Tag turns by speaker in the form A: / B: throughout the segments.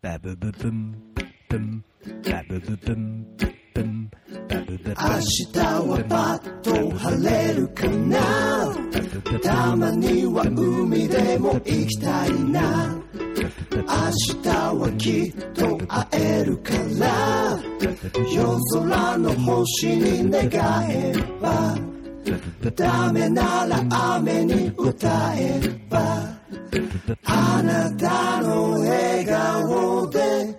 A: バブブブンブンバブブブンブンバブブブン
B: 明日はパッと晴れるかなたまには海でも行きたいな明日はきっと会えるから夜空の星に願えばダメなら雨に歌えばあなたの笑顔で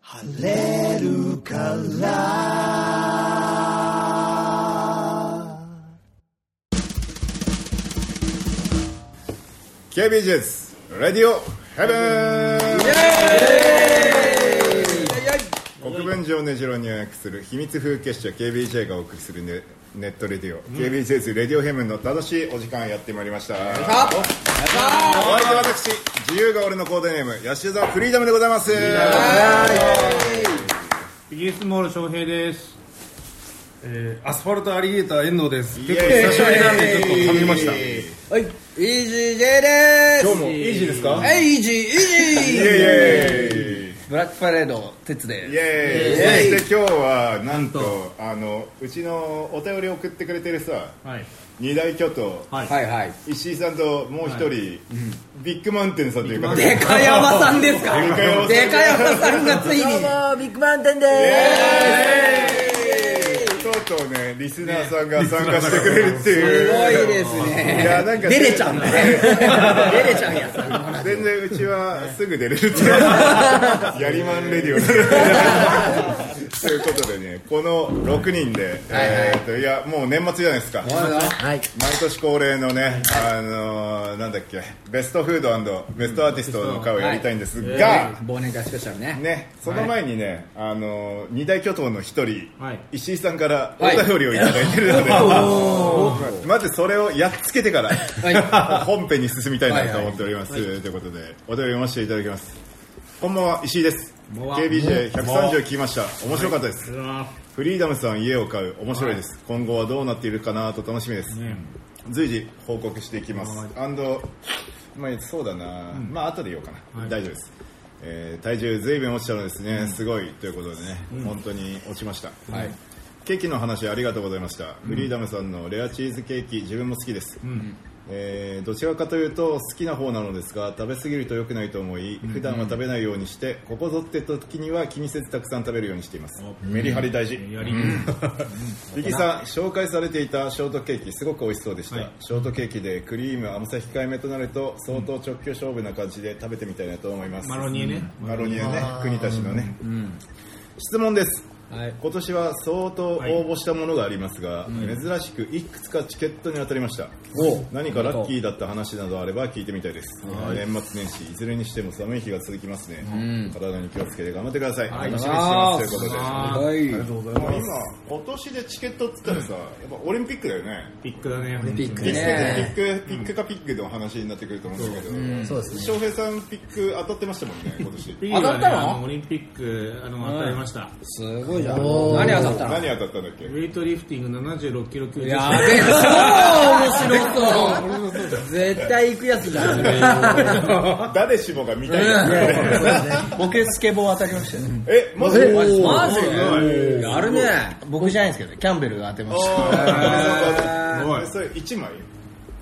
B: 晴れるから。
C: KBJ ですラディオヘブン国分寺をねじろに予約する秘密風結社 KBJ がお送りするネネットレディオ、KBJ's レディオヘブンの楽しいお時間やってまいりましたお相手は私自由が俺のコーデネームヤシュザフリーダムでございます
D: イギリスモール翔平です。
E: えーアスファルトアリゲーター遠藤です
C: イエーイ
E: 結構久しぶりなんでちょっと噛みました
F: はい、イージー J です
E: 今日もイージーですか
F: はい、イージー、イ
C: イ
F: ージー
C: エーイ
F: ブラックパレード、鉄で
C: イエーイそして今日はなんとあのうちのお便りを送ってくれてるさ
D: はい。
C: 二大巨頭
D: はい。
F: はいはい。
C: 石井さんともう一人、ビッグマウンテンさんという方が
F: でかやまさんですか
C: でかやまさん
F: でかやまさんがついに。どうも、ビッグマウンテンです。
C: とうとうねリスナーさんが参加してくれるっていう
F: すごいです
C: いやなん
F: ね。
C: か
F: 出れちゃうんだね。出れちゃうやつ。
C: 全然うちはすぐ出れるって いうやりまんレディオということでねこの6人で、えーといやもう年末じゃないですか
F: はい。
C: 毎年恒例のね、あのーなんだっけベストフードベストアーティストの会をやりたいんですが、
F: 忘年会スペシャルね。
C: ね、その前にね、あの二大巨頭の一人、
D: はい
C: 石井さんからお
F: はい
C: 便りをいただいてるので、まずそれをやっつけてから、本編に進みたいなと思っております、ということでお便り読ませていただきますこんばんは石井です
D: んは
C: KBJ130 聞きました面白かったです、
D: うわ
C: フリーダムさん家を買う面白いです、今後はどうなっているかなと楽しみです、随時報告していきます、アンドまあそうだな、まあ後で言おうかな、大丈夫です、えー体重ずいぶん落ちたのですね、すごいということでね、本当に落ちました、ケーキの話ありがとうございました、フリーダムさんのレアチーズケーキ自分も好きです、えーどちらかというと好きな方なのですが食べ過ぎると良くないと思い普段は食べないようにしてここぞって時には気にせずたくさん食べるようにしていますメリハリ大事
D: やり
C: リキさん紹介されていたショートケーキすごく美味しそうでした、
D: はい
C: ショートケーキでクリーム甘さ控えめとなると相当直球勝負な感じで食べてみたいなと思います
D: マロニエね
C: マロニエね国田氏のね、質問です、
F: はい
C: 今年は相当応募したものがありますが、珍しくいくつかチケットに当たりました
F: お
C: 何かラッキーだった話などあれば聞いてみたいです、年末年始いずれにしても寒い日が続きますね、体に気をつけて頑張ってください、楽しみにしてますということで
F: はい。
C: まあ今今年でチケットっつったらさ、やっぱオリンピックだよね。
D: ピックだね。
F: ピック
C: ピック
F: ね。
C: でピック、ピックかピックの話になってくると思うんだけど、翔平さんピック当たってましたもんね、今年。
D: ピックは
F: 当
D: ね
F: たったの
D: あオリンピック、あの、当たりました。
F: すごいじゃん。何当たったの
C: 何当たったんだっけ
D: ウェイトリフティング76キロ級
F: い
D: で
F: や
D: した。
F: べえ、超面白そう。絶対行くやつ じゃん。
C: 誰しもが見たいやつだよね。
G: 僕スケボー当たりましたよね
C: え、マジでマジで
F: マジやるね。
G: 僕じゃないんですけどキャンベルが当てました
D: すごい
C: それ1枚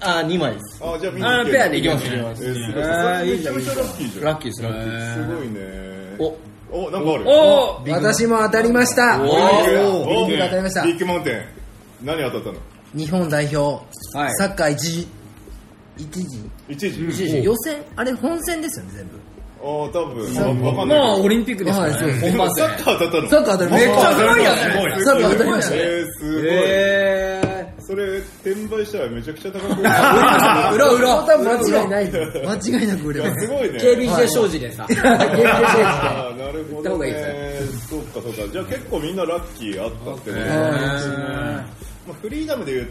G: あー2枚です
C: あ、じゃあみんな
F: あ
C: いけ
F: ペ
C: る
F: アで行きま
C: え
F: すね。
C: ーすごい。それめちゃめちゃラッキーじゃん。
G: ラッキーですラッキーです
C: すごいね。お、お、なんかある。
H: 私も当たりました。お
C: おお
H: ービッグ当たりました
C: ビッグマウンテン。何当たったの
H: 日本代表、
F: はい
H: サッカー一時、一時、
C: 一時
H: 予選、あれ本戦ですよね、全部。
C: あー、多分。わわかんないけど。
F: もうオリンピックですから
H: はい
F: ね。
H: そ
C: でもサッカー当たったの
H: サッカー当たりました。
F: めっちゃすごいやつね
C: す
H: サッカー当たりましたね
C: えー、すごい。
F: え
C: それ、転売したらめちゃくちゃ高 く
F: ー、裏裏。
H: 多分間違いないです。間違いなく売れ
C: な
H: ま
C: る。す
H: す。
C: ごいね。
F: KBJ 庄司 でさ。
C: あーなるほ
F: た
C: ど
F: 方がいい
C: ね。そうかそうか。じゃあ結構みんなラッキーあったってね。まあ、フリーダムで言う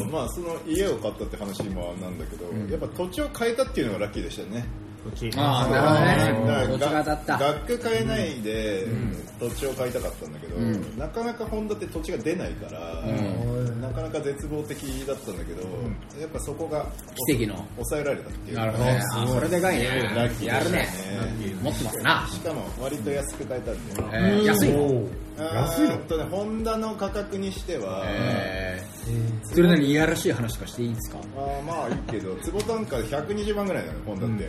C: と、まあその家を買ったって話今なんだけど、やっぱ土地を変えたっていうのがラッキーでしたよね。
D: こっち
G: ああ、なる
F: どっ
G: ほどね。
C: だ
F: ち
C: か
F: が
C: ら
F: 当たった
C: 学区変えないで土地を買いたかったんだけど、なかなかホンダって土地が出ないから、なかなか絶望的だったんだけど、やっぱそこが
F: 奇跡の
C: 抑えられたっていう
G: なるほどね。
F: あそれでかい
C: ラ
F: ね
C: ッキー
F: や
C: で
F: る
C: した
F: ね持ってますな
C: しかも割と安く買えたんで、
G: えー安いの
C: 安いのとねホンダの価格にしては、
G: え
F: それなりにいやらしい話とかしていいんですか
C: あーまあいいけど坪単価120万ぐらいなのホンダって、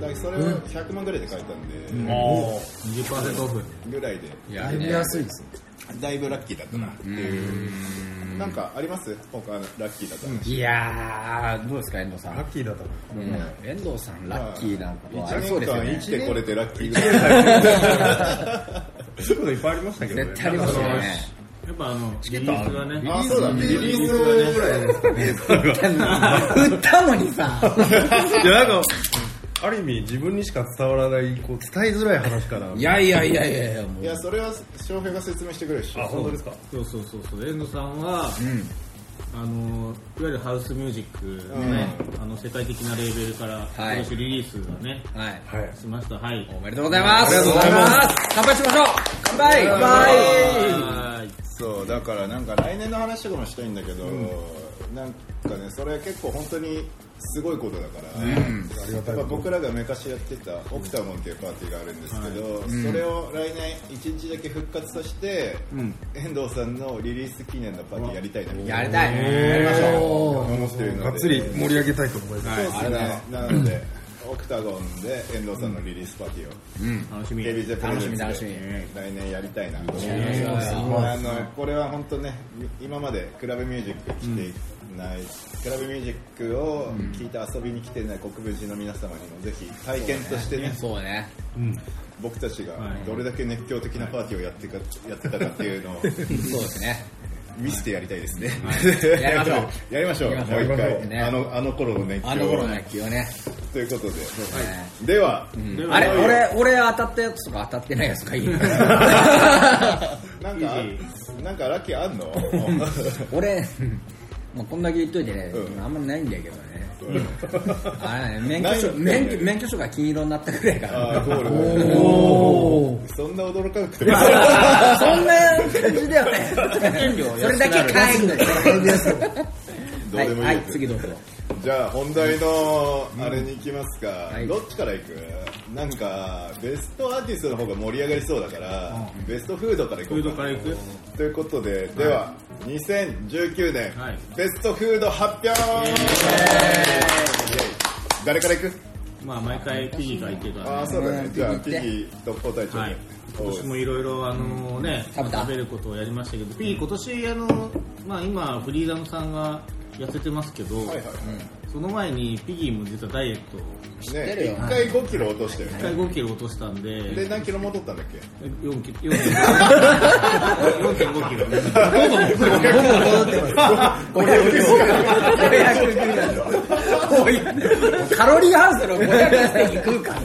C: だからそれを100万ぐらいで買えたんで、
G: ーも
D: 20%オフ
C: ぐらいで
G: う、
H: だ
G: や
H: い
G: る
H: ぶ
G: ね。
H: 安いですよ
C: だいぶラッキーだったなっていう、なんかあります他のラッキーだった話、
G: いやー、どうですか、遠藤さん。
E: ラッキーだったの
G: うん遠藤さん、ラッキーなことはあ
C: 1
G: りそう
C: 年
G: ですよ
C: 間
G: ね
C: 生。きてこれてラッキーぐらい
E: そういうこといっぱいありましたけどね
G: 絶対ありますよね。
D: やっぱあのリリースがね
C: あそうだリリースぐらいですかね
F: 売ったのにさ
E: いやなんかある意味自分にしか伝わらないこう伝えづらい話から
F: いやいやいやいやいやも
C: いうやそれは翔平が説明してくれるでし
E: あ
C: ょ
E: 本当ですか
D: そうそうそうそう遠藤さんは、あのいわゆるハウスミュージックのね、あの世界的なレーベルから
F: はい
D: 今年リリースがね、
F: はい
E: はい
D: しましたはい
F: おめでとうございます
E: ありがとうございます
F: 乾杯しましょう乾杯乾
D: はい
C: そうだからなんか来年の話とかもしたいんだけど、なんかねそれ結構本当にすごいことだから、やっぱ僕らが昔やってたオクタゴンっていうパーティーがあるんですけど、それを来年1日だけ復活させて、遠藤さんのリリース記念のパーティーやりたいなみた
F: や
C: い
F: りたい
C: な思ってるので
E: がっつり盛り上げたいと思います、
C: そうですねなのでオクタゴンで遠藤さんのリリースパーティーを、
D: 楽しみ
C: デビジェプロデュースで
F: 楽しみ楽し
C: 来年やりたいなと思いましたあのこれは本当ね今までクラブミュージック来てない、クラブミュージックを聞いて遊びに来てない国分寺の皆様にもぜひ体験としてね
F: そうね
C: 僕たちがどれだけ熱狂的なパーティーをやってか やってたかっていうのを
F: そうですね
C: 見せてやりたいですね、
F: やりましょ
C: やりましょう
F: やりましょう
C: も
F: やりま
C: う一
F: しょう
C: 回、
F: ね
C: あのあの頃の熱狂
F: あの頃の野球はね
C: ということで、
F: ね
C: では、
F: あれ俺俺当たったやつとか当たってないやつが いい
C: なんかなんかラッキーあんの
F: 俺もうこんだけ言っといてね、
C: うん
F: あんまないんだけどね
C: うん
F: あれね免許証
C: ない
F: 免許免許証が金色になったくらいか
C: あ
F: ら
C: ーゴールだ そんな驚かなくても。
F: そんな感じだよねそれだけ 帰るんだよ
C: どうでも
F: はい、
C: いいや
F: はい
C: つ
F: 次どうぞ
C: じゃあ本題のあれに行きますか、
F: い
C: どっちから行くなんかベストアーティストの方が盛り上がりそうだから、ベストフードから行こ
D: フー
C: うか
D: ドから行く
C: ということで、では2019年、
D: はい
C: ベストフード発表誰から行く
D: まあ毎回ピギーが行ってるか
C: あ
D: ら
C: あ
D: ね
C: そうだねじゃあ
F: 行って
C: ピギー特攻隊長に、
D: はい
C: お
D: 今
C: う
D: 年もいろいろあのね
F: 食べた
D: 食べることをやりましたけどピギー今年あのまあ今フリーダムさんが痩せてますけど
C: はいはいはい
D: その前にピギーも実はダイエットを
F: ってる
C: ね
F: よ
C: 一回5キロ落としたよ
D: 1
C: ね
D: 回5キロ落としたん
C: で
D: で
C: 何キロ戻ったんだっけ
D: 4キロ4.5キロ
F: カロリーハウスの500円食うから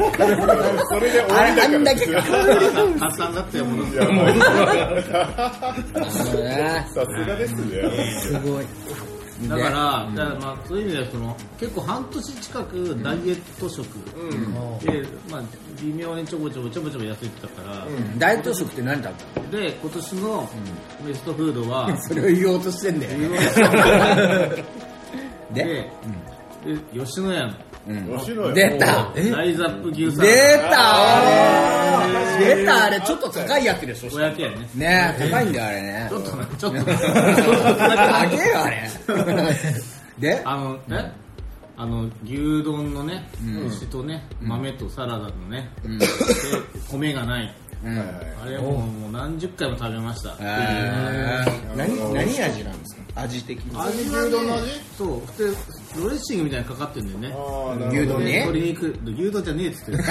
C: それで終
F: あ
C: わり
F: れ
C: だ
F: あ
C: か
F: ん
C: ら
F: だけカロリーハウ
D: 発散だったよ戻す
C: いやもう
F: スだね
C: さすがですね。
F: すごい
D: だから、だからまあそういう意味ではその結構半年近くダイエット食で、まあ、微妙にちょこちょこちょこちょこ痩せてたから、
F: ダイエット食って何食べ
D: で今年のベストフードは
F: た、の それを言おうとしてん だよね
D: で
F: で
D: で吉野家の
C: 面白い。
F: 出た
D: ライズアップ牛さん
F: 出た出たあれちょっと高いやつでしょ
D: 500円ね
F: ねえ高いんだよあれね
D: ちょっとねちょっと
F: あげよあれで
D: あのね、あの牛丼のね、牛とね、豆とサラダのね、で米がない、あれもうもう何十回も食べました。
F: えー
G: 何、何味なんですか味的に。
D: 味はね
C: 牛丼の味
D: そう、でドレッシングみたいにかかってんだよね。
C: ああ、な
F: 牛
C: るほ
F: 丼
C: ど。
F: ね
D: で鶏肉、牛丼じゃねえっつってる。
C: 牛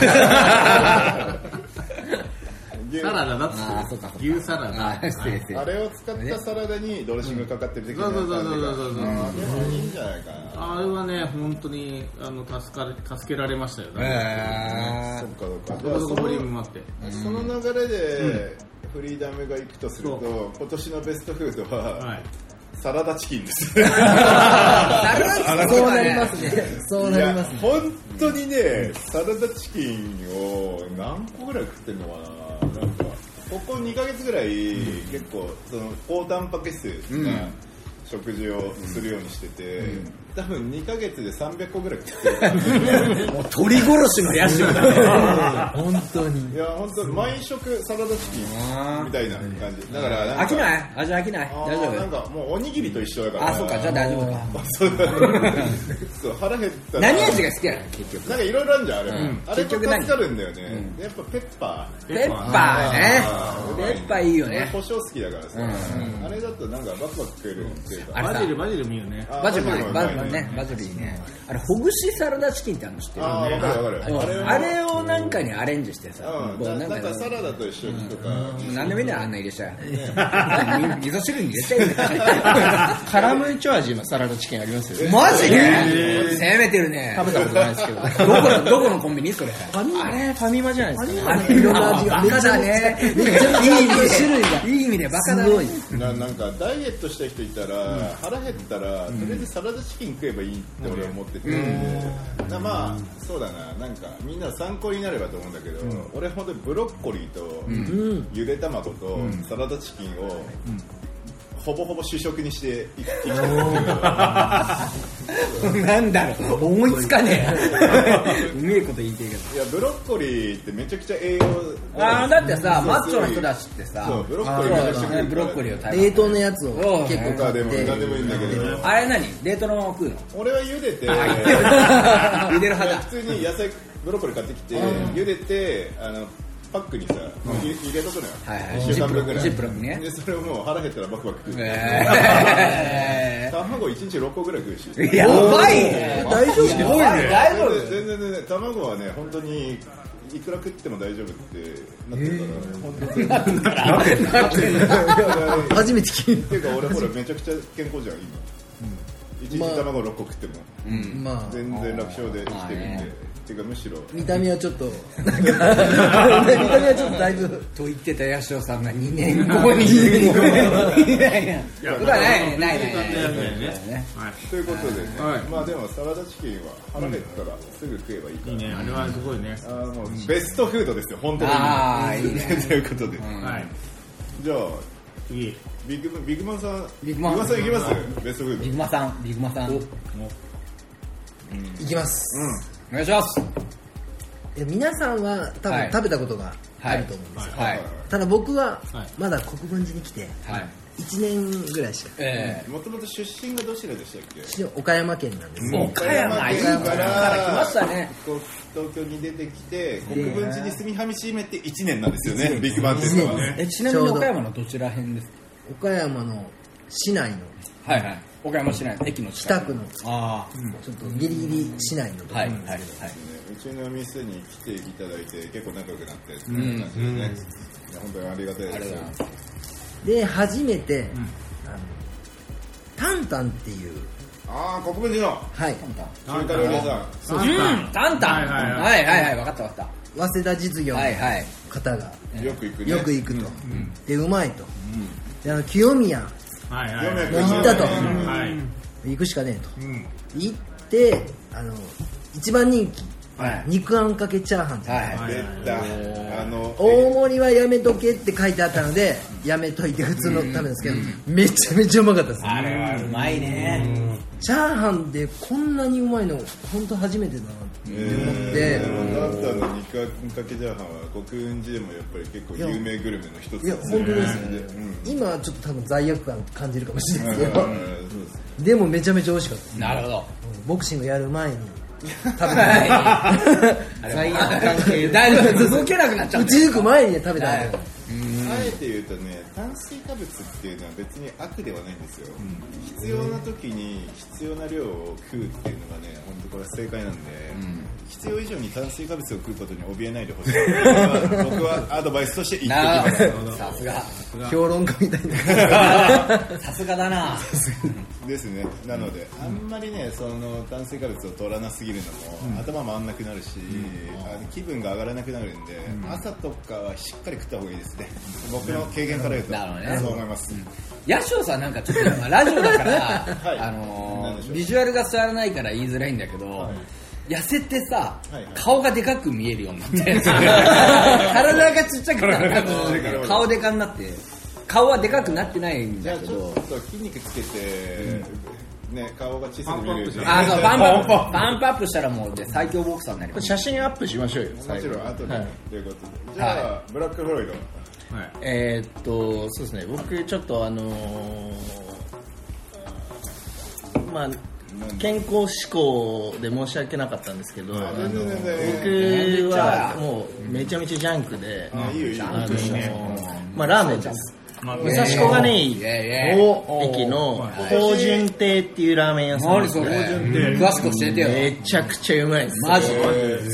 D: サラダだっつ
F: あー
D: っ
F: そ
D: て
F: っ
D: る
F: かそっか
D: 牛サラ
F: あ
D: ダ。
F: ー失礼失礼
C: あれを使ったサラダにドレッシングかかってる的な感じ
D: そうそう
C: が。
D: そうそうそう
C: あーでもいいんじゃないかな。
D: あれはね、本当にあの助かれ助けられましたよ。
C: そっかそっか。
D: どこどこボリュームもあって。
C: その流れで、フリーダムが行くとする
D: そ
C: と、今年のベストフード
D: は
C: は、
D: い。
C: サラダチキンです。い
F: そうなりますね
H: そうなり
C: や
H: ますね
C: 本当にね、サラダチキンを何個ぐらい食ってんのかな、なんか、ここ2ヶ月ぐらい、結構、その高タンパク質な食事をするようにしてて、多分2ヶ月で300個ぐらい食ってるから、
G: 鳥殺しの野手だね。
H: 本当に。
C: いや、本当毎食サラダチキンみたいな感じ、だからなんか、
G: 飽きない味飽きない
C: あ
G: 大
C: ーなん
G: 丈
C: かもうおにぎりと一緒だ
G: 夫
C: から、
G: あ、そうか、じゃあ大丈夫か。
C: そうそう腹減ったら
G: 何味が好きなの結局。
C: なんかいろいろあるじゃんあれも、
G: ん
C: あれも
G: 結
C: 助
G: 局何
C: かるんだよね、やっぱペッパー
G: ペッパーね
C: あー。
G: ペッパーいいよ
C: 俺
G: ね
C: 胡。椒好きだからさ、あれだとなんかバクバク食えるっていうか
G: あれ
D: バ
G: さ
D: ジ、ルバジルもいいよね
C: あ
G: バジル
C: バジルもうま
G: バ
C: い
G: ジルね、バジルいいね。あれ、ほぐしサラダチキンってあるの知ってる
C: あーわかるわかるあれ
G: うん
C: は
G: あれをなんかにアレンジしてさ、
C: うん
G: こう
C: だ
G: な
C: なん
G: ん
C: か
G: か
C: サラダと一緒にとか、
G: なんでもいいんだよ、あんな入れちゃう。味噌汁に入れちゃえ
F: カラムーチョ味のサラダチキンありますよね
G: よ。マジで攻めてるね。
F: 食べたことないですけど
G: どこの、どこのコンビニそれ。
F: あれファミマじゃないですかね
H: あれいろんな味が
G: バ
H: めっ
G: カ
H: ちゃ
G: だね。いい意
F: 種類
G: 味
F: が
G: で、いい意味でバカだ
H: すごい
G: ね。。
C: ななんかダイエットした人いたら、腹減ったらとりあえずサラダチキン食えばいいって俺は思ってて、なまあそうだななんかみんな参考になればと思うんだけど、俺本当にブロッコリーと、ゆで卵とサラダチキンを、ほぼほぼ主食にして生きてきたんだけど
G: なんだろう、思いつかねえ。うめえこと言いてるけど。
C: いやブロッコリーってめちゃくちゃ栄養
G: あーだってさ、
C: そう
G: マッチョな人たちってさ
C: そう、ブロッコリーめちゃくちゃ食う
G: ねブロッコリーを食べ
H: 冷
G: る。
H: 凍のやつを結構
C: なんか
H: 買
C: でも
H: って
C: 何でもいいんだけど
G: あれ何冷凍のまま食うの
C: 俺は茹でて
G: 茹 でる
C: いや
G: 派
C: 普通に野菜ブロッコリー買ってきて茹でてあのパックにさ入れ入れとくのよ
G: はいはい
C: 1週間分ぐらい
G: ジップロックね
C: でそれをもう腹減ったらバクバク食う
G: だ。
C: 卵1日6個ぐらい食うし
G: やばいね
H: 大丈夫
G: すごいね
C: 全然全然全然卵はね本当にいくら食っても大丈夫ってなってるから本当に
H: 初めて聞い
C: っていうか俺ほらめちゃくちゃ健康じゃん今1日卵6個食っても
H: た。まあ、
C: 全然楽勝で生きてるん
G: まあ
C: で
G: ね
C: っていうかむしろ
H: 見た目はちょ っと、なんか、見た目はちょっとだいぶ、
G: と言ってた八代さんが2年後に。いやいや、ことはないね、ないねないね。
D: ねはい
C: ということでね
D: はい
C: まあでもサラダチキンは腹減ったらすぐ食えばいいから
D: いいねあれはすごいね
C: あーもうベストフードですよ、本当に。
G: あーいいね
C: ということで、
D: はい
C: じゃあ、
D: 次
C: ビッグビッグマンさん、
G: ビッグマン
C: さんいきますベストフ
G: ビ
C: ー
G: グマさん、ビグマさん。お
H: いきます。
G: 願いします。
H: え皆さんは多
G: は
H: 分
G: い
H: 食べたことがあると思うんですよ。
G: はい。
H: ただ僕は
D: はい
H: まだ国分寺に来て
G: はい。
H: 1年ぐらいしか
G: え
C: ド。もともと出身がどちらでしたっけ
H: 一応岡山県なんです
G: え。岡山、いいとこから来ましたね。
C: こう東京に出てきて、国分寺に住み始めて1年なんですよね、ビッグマンっていうのは。
G: え、ちなみに岡山のどちら辺ですか
H: 岡山の市内の
G: はいはい。岡山市内、駅の近
H: 北
G: く。
H: 区の
G: あ
H: ちょっとギリギリ市内のとこ
G: あ。
H: ろ
G: はい
H: な
G: は
H: ん
G: い
H: で
G: は
H: す
G: い
H: けど。
C: うちの店に来ていただいて、結構仲良くなって、みたいな感じでね。いや本当にありがたい
G: あ
C: で
G: りがとうご
C: す
G: ざいます。
H: で初めてあのタンタンっていう
C: ああ、国分寺の
H: はい
C: 中華料理屋さん。
D: タンタン
G: タンタ
D: はい
G: ン
D: はいはい
G: はいはいはい、分かった分かっ
H: 早稲田実業
G: た。
H: の
G: はいはい。
H: 方が
C: よく行くね。
H: よく行くとでうまいとであの清宮
D: はいはいはい
C: 読め
H: 行ったと
D: はい
H: 行くしかねえと行ってあの一番人気
G: はい
H: 肉あんかけチャーハンじゃない
G: はい
D: はい
C: 出た。あの、
H: 大盛りはやめとけって書いてあったのでやめといて普通の食べたんですけどめちゃめちゃうまかったです
G: あれはうまいね。
H: チャーハンでこんなにうまいの本当初めてだなって思って
C: でもダンタンの肉あんかけチャーハンは国分寺でもやっぱり結構有名グルメの一つ
H: いや本当ですよね今はちょっと多分罪悪感感じるかもしれないですけどでもめちゃめちゃ美味しかった
G: なるほど。
H: ボクシングやる前に食べ た
G: 罪悪関係。だいぶ動けなくなっちゃう
H: 打
G: んだ
H: ち
G: よ。
H: 抜く前に食べたんで
C: あえて言うとね炭水化物っていうのは別に悪ではないんですよ、必要な時に必要な量を食うっていうのがね本当これは正解なんで、必要以上に炭水化物を食うことに怯えないでほし い僕はアドバイスとして言っ
G: な
C: て
G: る
C: おき
G: ほど。さすが。
H: 評論家みたいな
G: さすがだな。
C: ます ですねなので、あんまりねその炭水化物を取らなすぎるのも、頭回んなくなるし、あの気分が上がらなくなるんで、朝とかはしっかり食った方がいいですね、僕の経験から言うと、
G: なるほどね
C: そう思います、
G: ヤシオさんなんかちょっと今ラジオだから、
C: はい
G: あの
C: 何でしょ
G: ー
C: う
G: ビジュアルが座らないから言いづらいんだけど、痩せてさ、
C: はいはい
G: 顔がでかく見えるようにな って、体がちっちゃくなった
C: 体がちっちゃく
G: 顔でかになって、顔はでかくなってないん
C: じゃ
G: だ
C: あ
G: け
C: ちょ
G: ど
C: っ、と筋肉つけて、ね、顔が小さく見えるし
G: あそうバンプアップバンプアップしたらもうで最強ボクサーになります。
I: 写真アップしましょうよ
C: もちろん後で、ということでじゃあ、ブラックフロイド
I: えーっとそうですね僕ちょっとあのーまあ健康志向で申し訳なかったんですけど、あの
C: 全然全然
I: 僕はもうめちゃめちゃジャンクで、
C: あいいよいいよ
I: あのーまあラーメンです武蔵小金井
G: え
I: 駅の芳醇亭っていうラーメン屋さん
G: 何それ詳しく教えてよ。
I: めちゃくちゃうまいです
G: マジ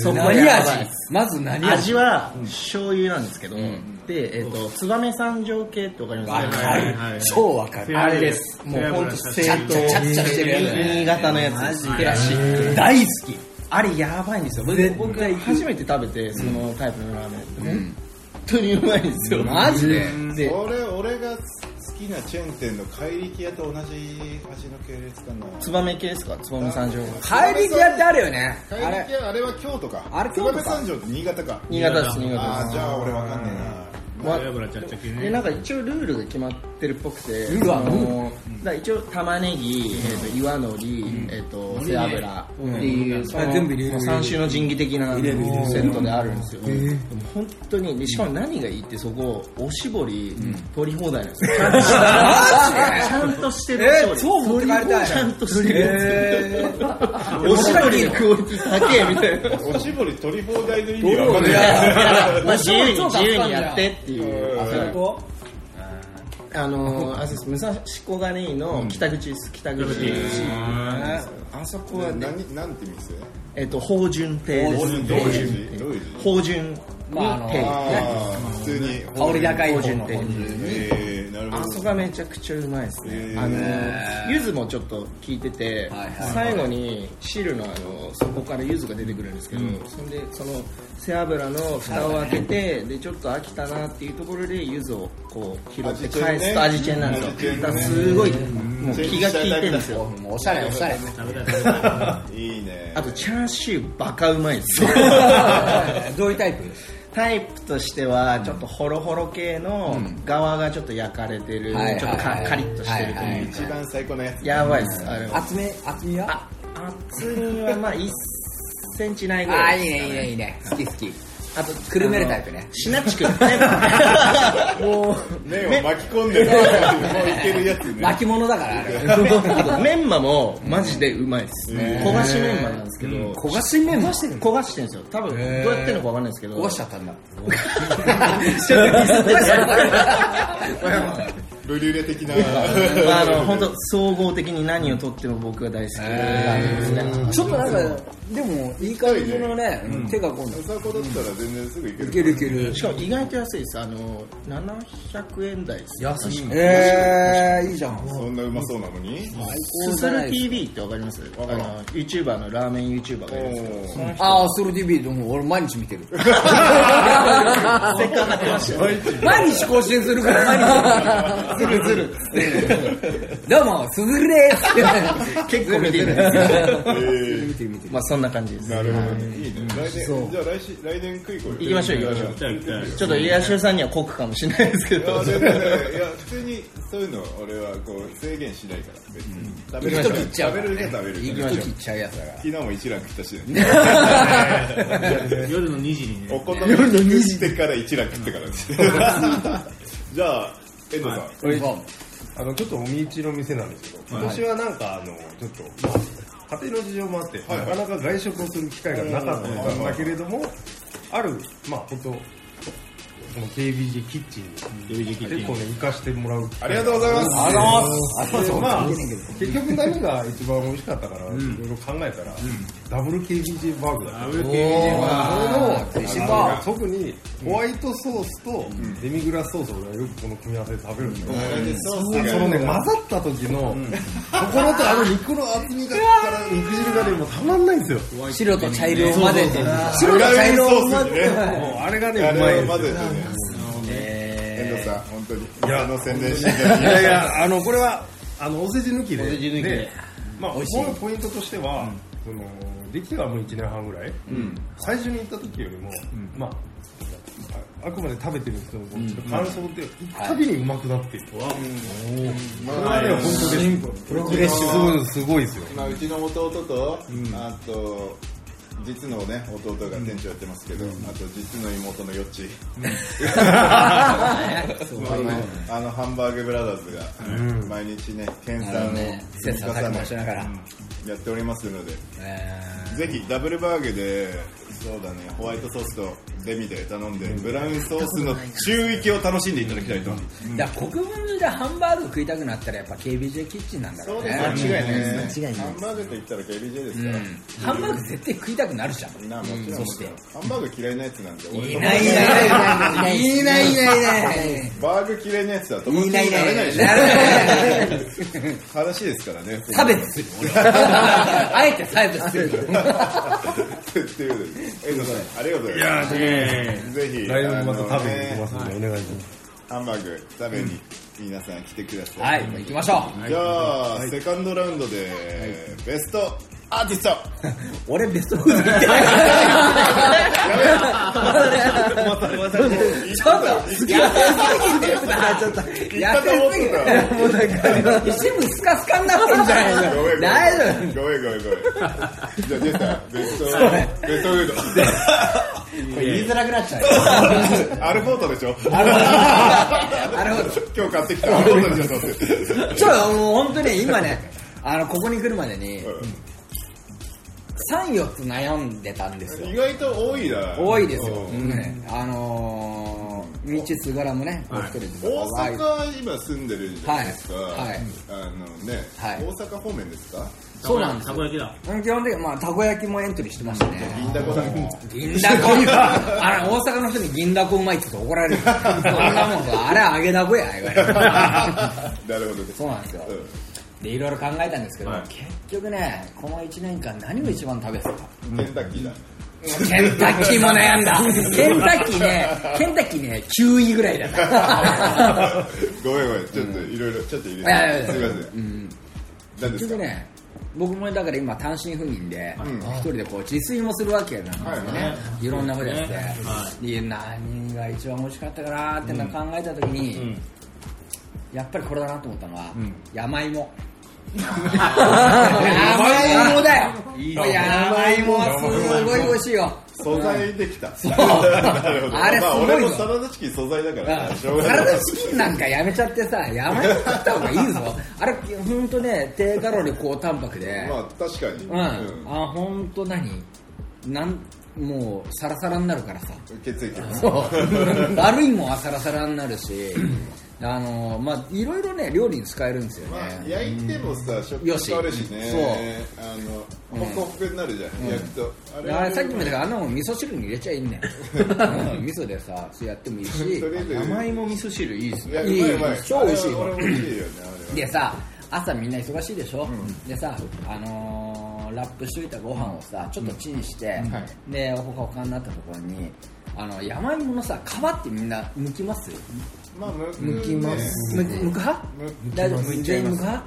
I: そこが
G: 何
I: やばいで
G: 味
I: す
G: まず何味
I: 味は醤油なんですけど、で、えっと燕三条系ってわかります
G: わ
I: ね
G: かる
D: はい。
G: 超わかる。。
D: あれです
G: もうほんと正当。
I: ち
G: ち
I: ゃ
G: ゃ
I: っ
G: っ
I: ち
G: ち
I: ゃ
G: ゃ
I: し
G: し
I: る
G: ててる
I: や
G: や
I: つ
G: つ
I: だよね新潟のやつです
G: らしい。大好き。
I: あれやばいんですよ僕僕が初めて食べてそのタイプのラーメン、本当にうまいんですよ
G: マジで
I: で
C: 俺俺が好きなチェーン店の怪力屋と同じ味の系列かな
I: 燕系ですか燕三条
G: 怪力屋ってあるよね。
C: 怪力屋あれは京都か
G: あれ京都か
C: 燕三条って新潟か
I: 新潟です新潟
C: あ
I: で
C: ー
I: す
C: じゃあ俺わかんねえな
I: まあ
D: ブラブラちゃっちゃ系
I: で
D: ね。
I: なんか一応ルールが決まってるっぽくて、
G: ルールあ
I: あ
G: る
I: のだから一応玉ねぎ、えー、と岩のり、えー、と背脂っていう、その
G: あ全部入れる
I: もう三種の神器的なセットであるんですよ、でも本当にでしかも何がいいってそこおしぼり取り放題なん ですよ、ちゃんとちゃんとしてるおしぼり
G: 超持って帰りたい
I: ち。ゃんとしてるやつ、 おしぼりのクオリティ高えみたいな
C: おしぼり取り放題の意味わかんねえな
I: まあ、自由に自由にやってっていう。
C: うん
I: はいあのー、あそうです武蔵小金井の北口です、北口ああそこはね、
C: 何なんて店
I: えっと、芳醇亭です
C: どういう字どういう字
I: 芳醇
G: まああの
I: 亭
C: ああ普通に
G: 香り高い方
I: 芳
G: の
I: 醇亭
C: ええなるほ
I: あ
C: ど
I: そこがめちゃくちゃうまいですね
C: へー
I: あのー柚子もちょっと効いてて、
G: はいはい
I: 最後に汁のあのそこから柚子が出てくるんですけど、それでその背脂の蓋を開けてでちょっと飽きたなっていうところで柚子をこう拾って返すと味チ
C: 味チ
I: ェ
C: ェ
I: ン
C: ン
I: な
C: ね
I: んですよ
C: 味チェンね
I: だからすごいもう気が利いてるんですよ
G: もうおしゃれおしゃれ。
D: 食べたい食べたい。
C: いいね
I: あとチャーシューバカうまいですよ
G: どういうタイプ
I: タイプとしてはちょっとホロホロ系の側がちょっと焼かれてる、
G: はいはいはい
I: ちょっとカカリッとしてるというか、
G: はいはい
C: 一番最高のやつ
I: やばいですあれは
G: 厚め、厚みは
I: あ、厚みはまあ1センチないぐ
G: ああ、
I: らい
G: いい
I: ですか
G: ね、いい
I: ね。
G: ね、いいね。好き好き。あと、くるめるタイプね。
I: しなちくん。も
C: 麺を巻き込んでるもういけるやつね
G: 巻物だから、あれ。
I: う、あとメンマもマジでうまいです。焦がしメンマなんですけど、
G: 焦がし麺もして
I: 焦がしてるんですよ。多分、どうやってるのかわかんないですけど。
G: 焦がしちゃったんだ。
C: ブリュレ的な
I: まああの、本当総合的に何をとっても僕は大好きなラーメンですね。
G: ちょっとなんか、でも、いい感じのね、手が込んだ。
C: そこだったら全然すぐいけ
G: い
C: る
G: けるいける。
I: しかも意外と安いです。あの、700円台です。
E: 安い
G: えー、いいじゃん。
C: そんなうまそうなのに
I: すする TV ってわかりますあ
C: かる
I: の、YouTuber のラーメン YouTuber がいるんですけど、
C: おー
G: ああ、ソロ TV でも俺毎日見てる。毎日更新するから、毎日。 ずるずる。どうも、すずるです。
I: 結構見てるんです
C: え
I: よ。まあそんな感じです
C: ー。なるほどねいいね来年じゃあ来週来年食いこうよ
I: 行きましょう行きましょう
D: 行き。たい行きたい。
I: ちょっと家康さんには酷かもしれないですけ
C: いや
I: ど。
C: 全 然いや普通にそういうの俺はこう制限しないから別に食べる人
G: 切っちゃう
C: 食べる人は食べる
G: 行
C: か
G: き
C: ら
G: ましょう。切っちゃうやつだから。
C: 昨日も一蘭食った しね
D: 夜の2時に
C: お
D: ね。
C: 好み焼き食ってから一蘭食ってからですじゃあ遠藤さん
E: あのちょっとお身内の店なんですけど今年はなんかあのちょっと、まあ、家庭の事情もあって、
C: いはい
E: なかなか外食をする機会がなかったんだけれども、あるまあ本当この KBG キッチンに結構ね生かしてもらう
C: ありがとうございますあの
E: まあ、結局何が一番美味しかったから、いろいろ考えたら、ダブル KBJ バーグだった。
G: おー、し
E: あの特にホワイトソースとデミグラスソースを俺はよくこの組み合わせで食べるんだけど、そのね、混ざった時の、ところとあの肉の厚みがから肉汁がね、もうたまんないんですよ。
G: 白と茶色を混ぜて。白と
C: 裏
G: 茶
C: 面
G: 色
C: ソ
G: を
C: ー
G: 混ぜ
C: スに
G: て。
C: ね
E: もうあれがね、
C: あ
E: うまい
C: れ
E: ん
C: を
E: です
C: 混
E: よ。
C: ぜてね遠藤さん本当にいやの宣伝して
E: いやいや、あの、これは、あの、お世辞抜きで。
D: 世辞抜きで
E: まあ、このポイントとしては、その、できてはもう1年半ぐらい、最初に行った時よりも、まあああくまで食べてる人のこっちの感想って行くたびにうまくなっていくわ、これはね本当にプログレッシブすごいですよ
C: まあ、うちの弟と、あと実のね弟が店長やってますけど、あと実の妹のよっち、 まああのあのハンバーグブラザーズが、毎日ね研
G: あ
C: 鑽
G: の
C: を
G: ね
C: 欠か
G: 切磋
C: さ
G: 琢
C: な
G: 磨
C: い
G: しながら
C: うんやっておりますので、ぜひダブルバーグでそうだねホワイトソースとデミで頼んで、ブラウンソースの中域を楽しんでいただきたいと、
G: だから国分寺でハンバーグ食いたくなったらやっぱ KBJ キッチンなんだろうね
C: 間違いないですね
H: 間違いないです
C: ハンバーグと言ったら KBJ ですか
G: ハ
C: ら、
G: ンバーグ絶対食いたくなるじゃん
C: なあもちろんもちろんハンバーグ嫌いなやつなんで俺
G: いないいないいないいないいないいない
C: バーグ嫌いなやつは友達に
G: いないい
C: な
G: ない
C: れ
G: い
C: な
G: ないい
C: で
G: い
C: しょ
G: ない
C: 話ですからね
G: 差別 する俺あえて差別する
C: っていうことで遠藤さんありがとうございますぜひ
E: 来年もまた食べに行き
C: あ
E: ま
C: のね
E: すんで、お願いします
C: ハンバーグ食べに皆さん来てくださ
G: はいい行きましょう
C: じゃあセカンドラウンドでベストアーティス ト
G: 俺ベストフード行ってないちょっと、やべえすぎてな、ちょっと。
C: 言ったと思ってた
G: もうなんか、一部スカスカになってるんじゃない
C: ごめん
G: の大丈夫。
C: ごめんごめんごめんごめんじゃあジェスターベストベストフ
G: これ言いづらくなっちゃうよ。
C: ードアルフォートでしょ
G: なるほど。
C: 今日買ってきたアルフォートでしょだって
G: ちょっと、もう本当に今ね、あの、ここに来るまでに、3、4つ悩んでたんですよ。
C: 意外と多いな
G: 多いですよ。
C: うん
G: 僕ねあのー、道すがらもね、お一人で
C: 大阪今住んでるじゃないですか、
G: はいはい
C: あのね、
G: はい
C: 大阪方面ですか
G: そうなんです
D: た
G: よ
D: こ焼きだ
G: うん基本的に、まあ、たこ焼きもエントリーしてましたね。
C: 銀だこさん
G: 銀だこあれ、大阪の人に銀だこうまいって言うと怒られる。そんなもんさ、あれ揚げだこや、言われる
C: なるほどです
G: そうなんですよ
C: うん
G: で、いろいろ考えたんですけど、
C: はい
G: 結局ね、この1年間何を一番食べてたか。
C: ケンタッキーだ
G: ケンタッキーも悩ん だ。ケンタッキーね、ケンタッキーね、9位ぐらいだっ た。
C: ごめんごめんちょっといろいろちょっといいです
G: いやいやい
C: か
G: や
C: すいません何で
G: 結
C: すか
G: 局ね、僕もだから今単身赴任で、
C: ん
G: 一人でこう自炊もするわけなんですよね。、
D: はいはい
G: ろんなことやって、
D: は
G: で何が一番美味しかったかなーっての考えたときに、
D: ん
G: やっぱりこれだなと思ったのは、山芋。 山
E: 山
G: 芋だよ山芋はすごい美味しいよ。
C: 素材できた
G: う
C: なるほど
G: あれ
C: まあ
G: すごいの
C: 俺もサラダチキン素材だからしょうが
G: サ
C: な
G: ラ
C: い
G: ダチキンなんかやめちゃってさ、山芋食った方がいいぞ。 あれ、ほんとね、低カロリー高タンパクで、
C: まあ確かに
G: うん、あ本当何なんもうサラサラになるからさ
C: うん血液も
G: そう 悪いもんはサラサラになるし あのまあいろいろね料理に使えるんですよね、
C: まあ焼いてもさ食
G: よ
C: 感
G: し
C: 変わるしねあのホクホクになるじゃん焼くと
G: であれさっきも言ったけどあんなもん味噌汁に入れちゃいいんね んうん味噌でさそうやってもいいし
C: とりあえず
I: 甘いも味噌汁いいですね
C: いやう
G: いい
C: まいうまい
G: 超美味しい
C: あれは俺美味しいよねあれ
G: で
C: は
G: さ朝みんな忙しいでしょ、でさあのーラップしといたご飯をさちょっとチンして、でほかほかになったところにあの山芋のさ皮ってみんな剥きます
C: まあむ
H: むきます
G: むむく派
C: む
G: 大丈夫全員むく派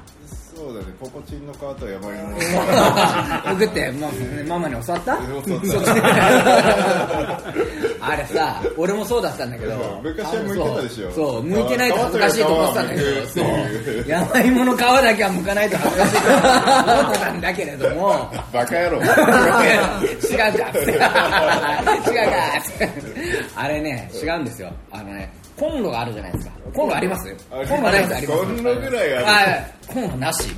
C: そうだねポコチンの皮とは 山芋の皮
G: むくって、ま、ママに教わ った
C: 教 わった
G: あれさ俺もそうだったんだけど
C: 昔は剥いてたでし
G: そ
C: ょ
G: うそう剥いてないと恥ずかしいと思ってたんだけど
C: 皮と
G: そ
C: いう皮を剥くってい
G: う
C: う
G: 山芋の皮だけは剥かないと恥ずかしいと思ってたんだけれども
C: バカ野郎
G: 違うか違うか あれね違うんですよあのねコンロがあるじゃないですかコンロあります
C: ありま
G: コ
C: す
G: ンロないですあります
C: コンロぐらいある
G: あコンロなし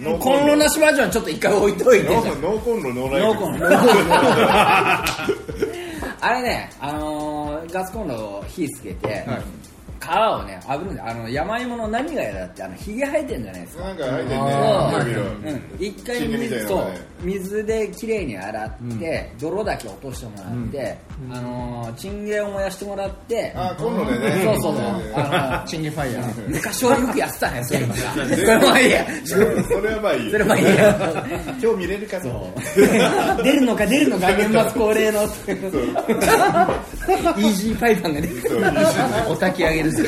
C: ノー
G: コンロなしバージョンちょっと一回置いといてじゃ
C: ノ
G: ん
C: ーコンロノーライ
G: ノ
C: フ
G: ーコンロ あれねあのーガスコンロを火つけて、皮をね炙るんであの山芋の何が嫌だってあのひげ生えてんじゃないですか
C: なんか入って
G: そう
C: ね
G: うん一回
C: チンゲみたい
G: 水
C: な
G: そ
C: の
G: う
C: ね
G: 水できれいに洗って、泥だけ落としてもらって、あのーチンゲを燃やしてもらって、
C: あコンロでね
G: そうそうそう、あのチンゲファイヤー昔はよくやってたねそういうの が それもいいや
C: それはまあいい
G: それもいいや
C: 今日見れるかと
G: 出るのか出るのか年末恒例のイージーパイパンが出てくるお焚き上げです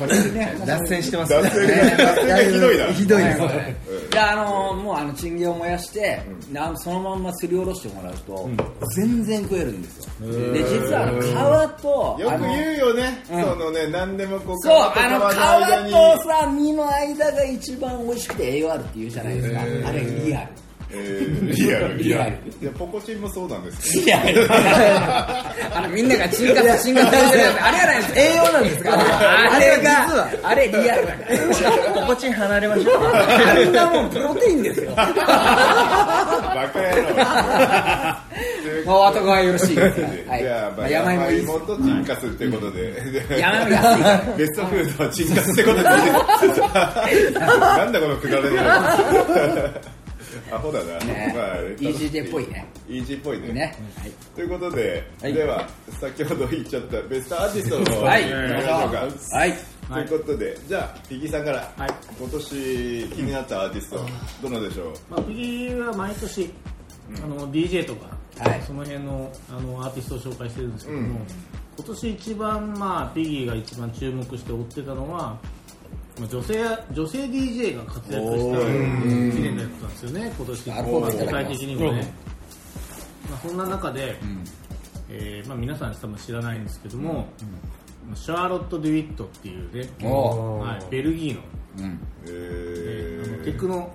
G: これね
I: 脱線してます
C: 脱線が脱線がひどいな
H: ひどいな
G: はいあのもうあのチンゲンを燃やして、なそのまんますりおろしてもらうと、全然食えるんですよで実はあの皮とあ
C: よく
G: の
C: 言うよね、 そのね、何でもこう、
G: そう、
C: 皮と
G: あの
C: 間に
G: 皮とさ、身の間が一番美味しくて栄養あるって言うじゃないですか。あれリアル。
C: えーリアル、
G: リアル。
C: いや、ポコチンもそうなんです
G: リアル。
F: あのみんながチンカスチンカスしてるやつあれやないですか栄養なんですかあれが
G: あれリアルだから。
I: ここちん離れましょう。
G: あんなもんプロテインですよ。
C: けど、バカ野郎。
G: もう後がよろしいですから。は
C: じゃあ、
G: い。ま
C: ま
G: あ
C: あ、
G: 山
C: 山
G: 芋いいです
C: 芋。とチンカスってことで、
G: 山芋安いから。
C: ベストフードはチンカスってことで、 なんだこのくだらねえアホだな、
G: ね
C: まあ
G: イージーでっぽいね。
C: イージーっぽいね
G: ね。はい
C: ということで、
G: はい
C: では先ほど言っちゃったベストアーティストの方
G: はい
C: 行きましょうか
G: は
D: は
G: い。
D: い
C: ということでじゃあピギーさんから、
D: はい
C: 今年気になったアーティストどのでしょう
D: まあ、次は毎年、あの DJ とか、
G: はい
D: その辺のあのアーティストを紹介してるんですけども、
C: うん
D: 今年一番、まあ、ピギーが一番注目して追ってたのは、まあ、女性女性 DJ が活躍した1年だったんですよね、今年、
G: なるほど
D: まあ世界的にもね。まあ、そんな中で、えーまあ、皆さん多分知らないんですけども、まあシャーロット・デュイットっていうね、
G: お
D: はい、ベルギーの,、
C: え
D: えーあの
C: ー
D: テクノ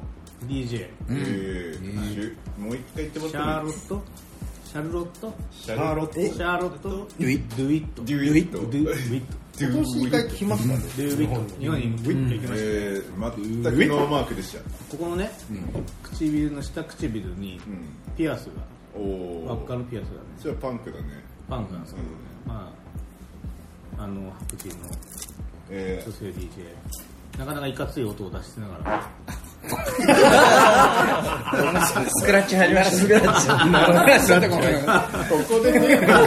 D: DJ、
C: えーしゅもう一回言っても
D: シャ
C: ら
D: ー
C: っ
D: ロットシャルロット
C: てもいいシャーロッ
D: シャー
C: ト
D: ロットデュイッドゥイット
C: デ
D: デ
C: ュ
D: ュ
C: イ
D: イ
C: ッ
D: ッ
C: ト
D: トデュイット
C: 今年一回聞きましたね
D: デュイット日本にウィット行きました
C: えー、全くノーマークでした
D: ここのね唇の下唇に
C: ん
D: ピアス
C: お
D: が輪っか
C: お
D: のピアスがね
C: それはパンクだね
D: パンクなんです
C: う
D: けどね
C: ん
D: まああの白人の
C: え
D: 女性 DJ なかなかいかつい音を出しながら
I: スクラッチ入りました。スクラッチ。
G: 話だったかもしれないなんか
C: ー、 ここで ね
I: ナイススクラ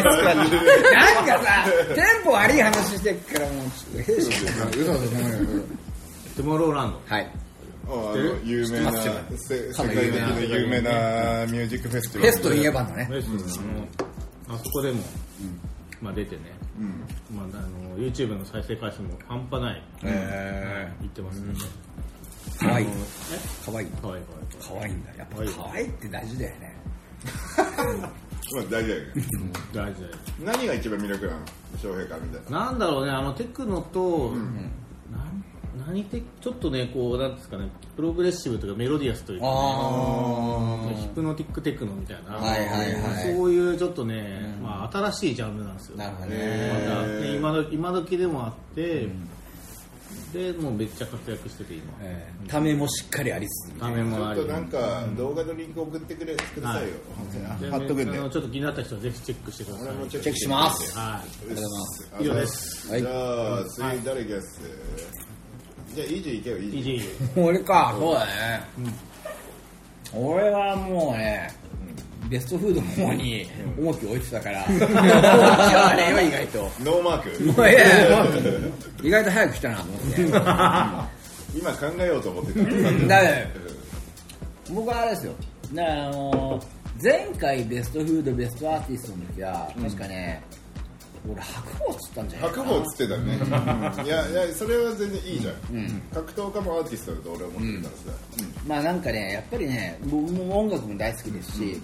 I: ッチ。
G: さ、テンポ悪い話してるからもう、ちょっと兵士かな。嘘だと思うよ。
D: トゥモローランド
G: はい。
C: あの有名なせ世界的な有名なミュージックフェスティバ
G: ペ
C: ル
G: スト言えばのね。
D: ウェストのあのあそこでもまあ出てねまああの YouTube の再生回数も半端ない
G: え
D: いってますね
G: ー、かわいい。
D: え
G: かわいい。
D: かわいいかわいいかわいい
G: かわいいんだ。やっぱかわいいって大事だよね。
C: まあ大丈夫
D: 大事だよ
C: 何が一番魅力なの翔平からみたいな
D: なんだろうねあのテクノと、なん何テクちょっとねこうなんですかねプログレッシブというかメロディアスというか、ね、ヒプノティックテクノみたいな、
G: はいはいはい
D: そういうちょっとね、まあ、新しいジャンルなんですよ
G: なるほど
C: へ
G: ね。
D: またね
C: ー
D: 今ど今時でもあって、でもうめっちゃ活躍してて今
G: えーためもしっかりありつつ。
D: 画面
C: ち
D: も
C: ょ
D: あ
C: っ
D: り
C: となんか動画のリンク送ってくれくださいよ
D: で
C: 貼っとくん
D: あ
C: で
D: のちょっと気になった人はぜひチェックしてください
C: 俺も
G: チェックします。
D: はい
C: ありがとうございます
D: 以上です
C: じゃあ次誰ゲスじゃあイージー行けよイー
D: 以
C: ジー
D: 上
G: 俺か、そうだね。俺はもうね、ベストフードの方に重きを置いてた から、こっちはね、意外と。
C: ノーマー
G: もういやいやも
C: ク
G: う 意外と早く来たなと思って。だ
C: 今考えようと思ってた
G: から僕はあれですよ。だからあのー前回ベストフード、ベストアーティストの時は、確かね、俺白鵬っつったんじゃない
C: 白鵬っつってた ねうんいやいやそれは全然いいじゃん格闘家もアーティストだと俺は思ってたからさ
G: まあなんかね、やっぱりね、僕も音楽も大好きですし、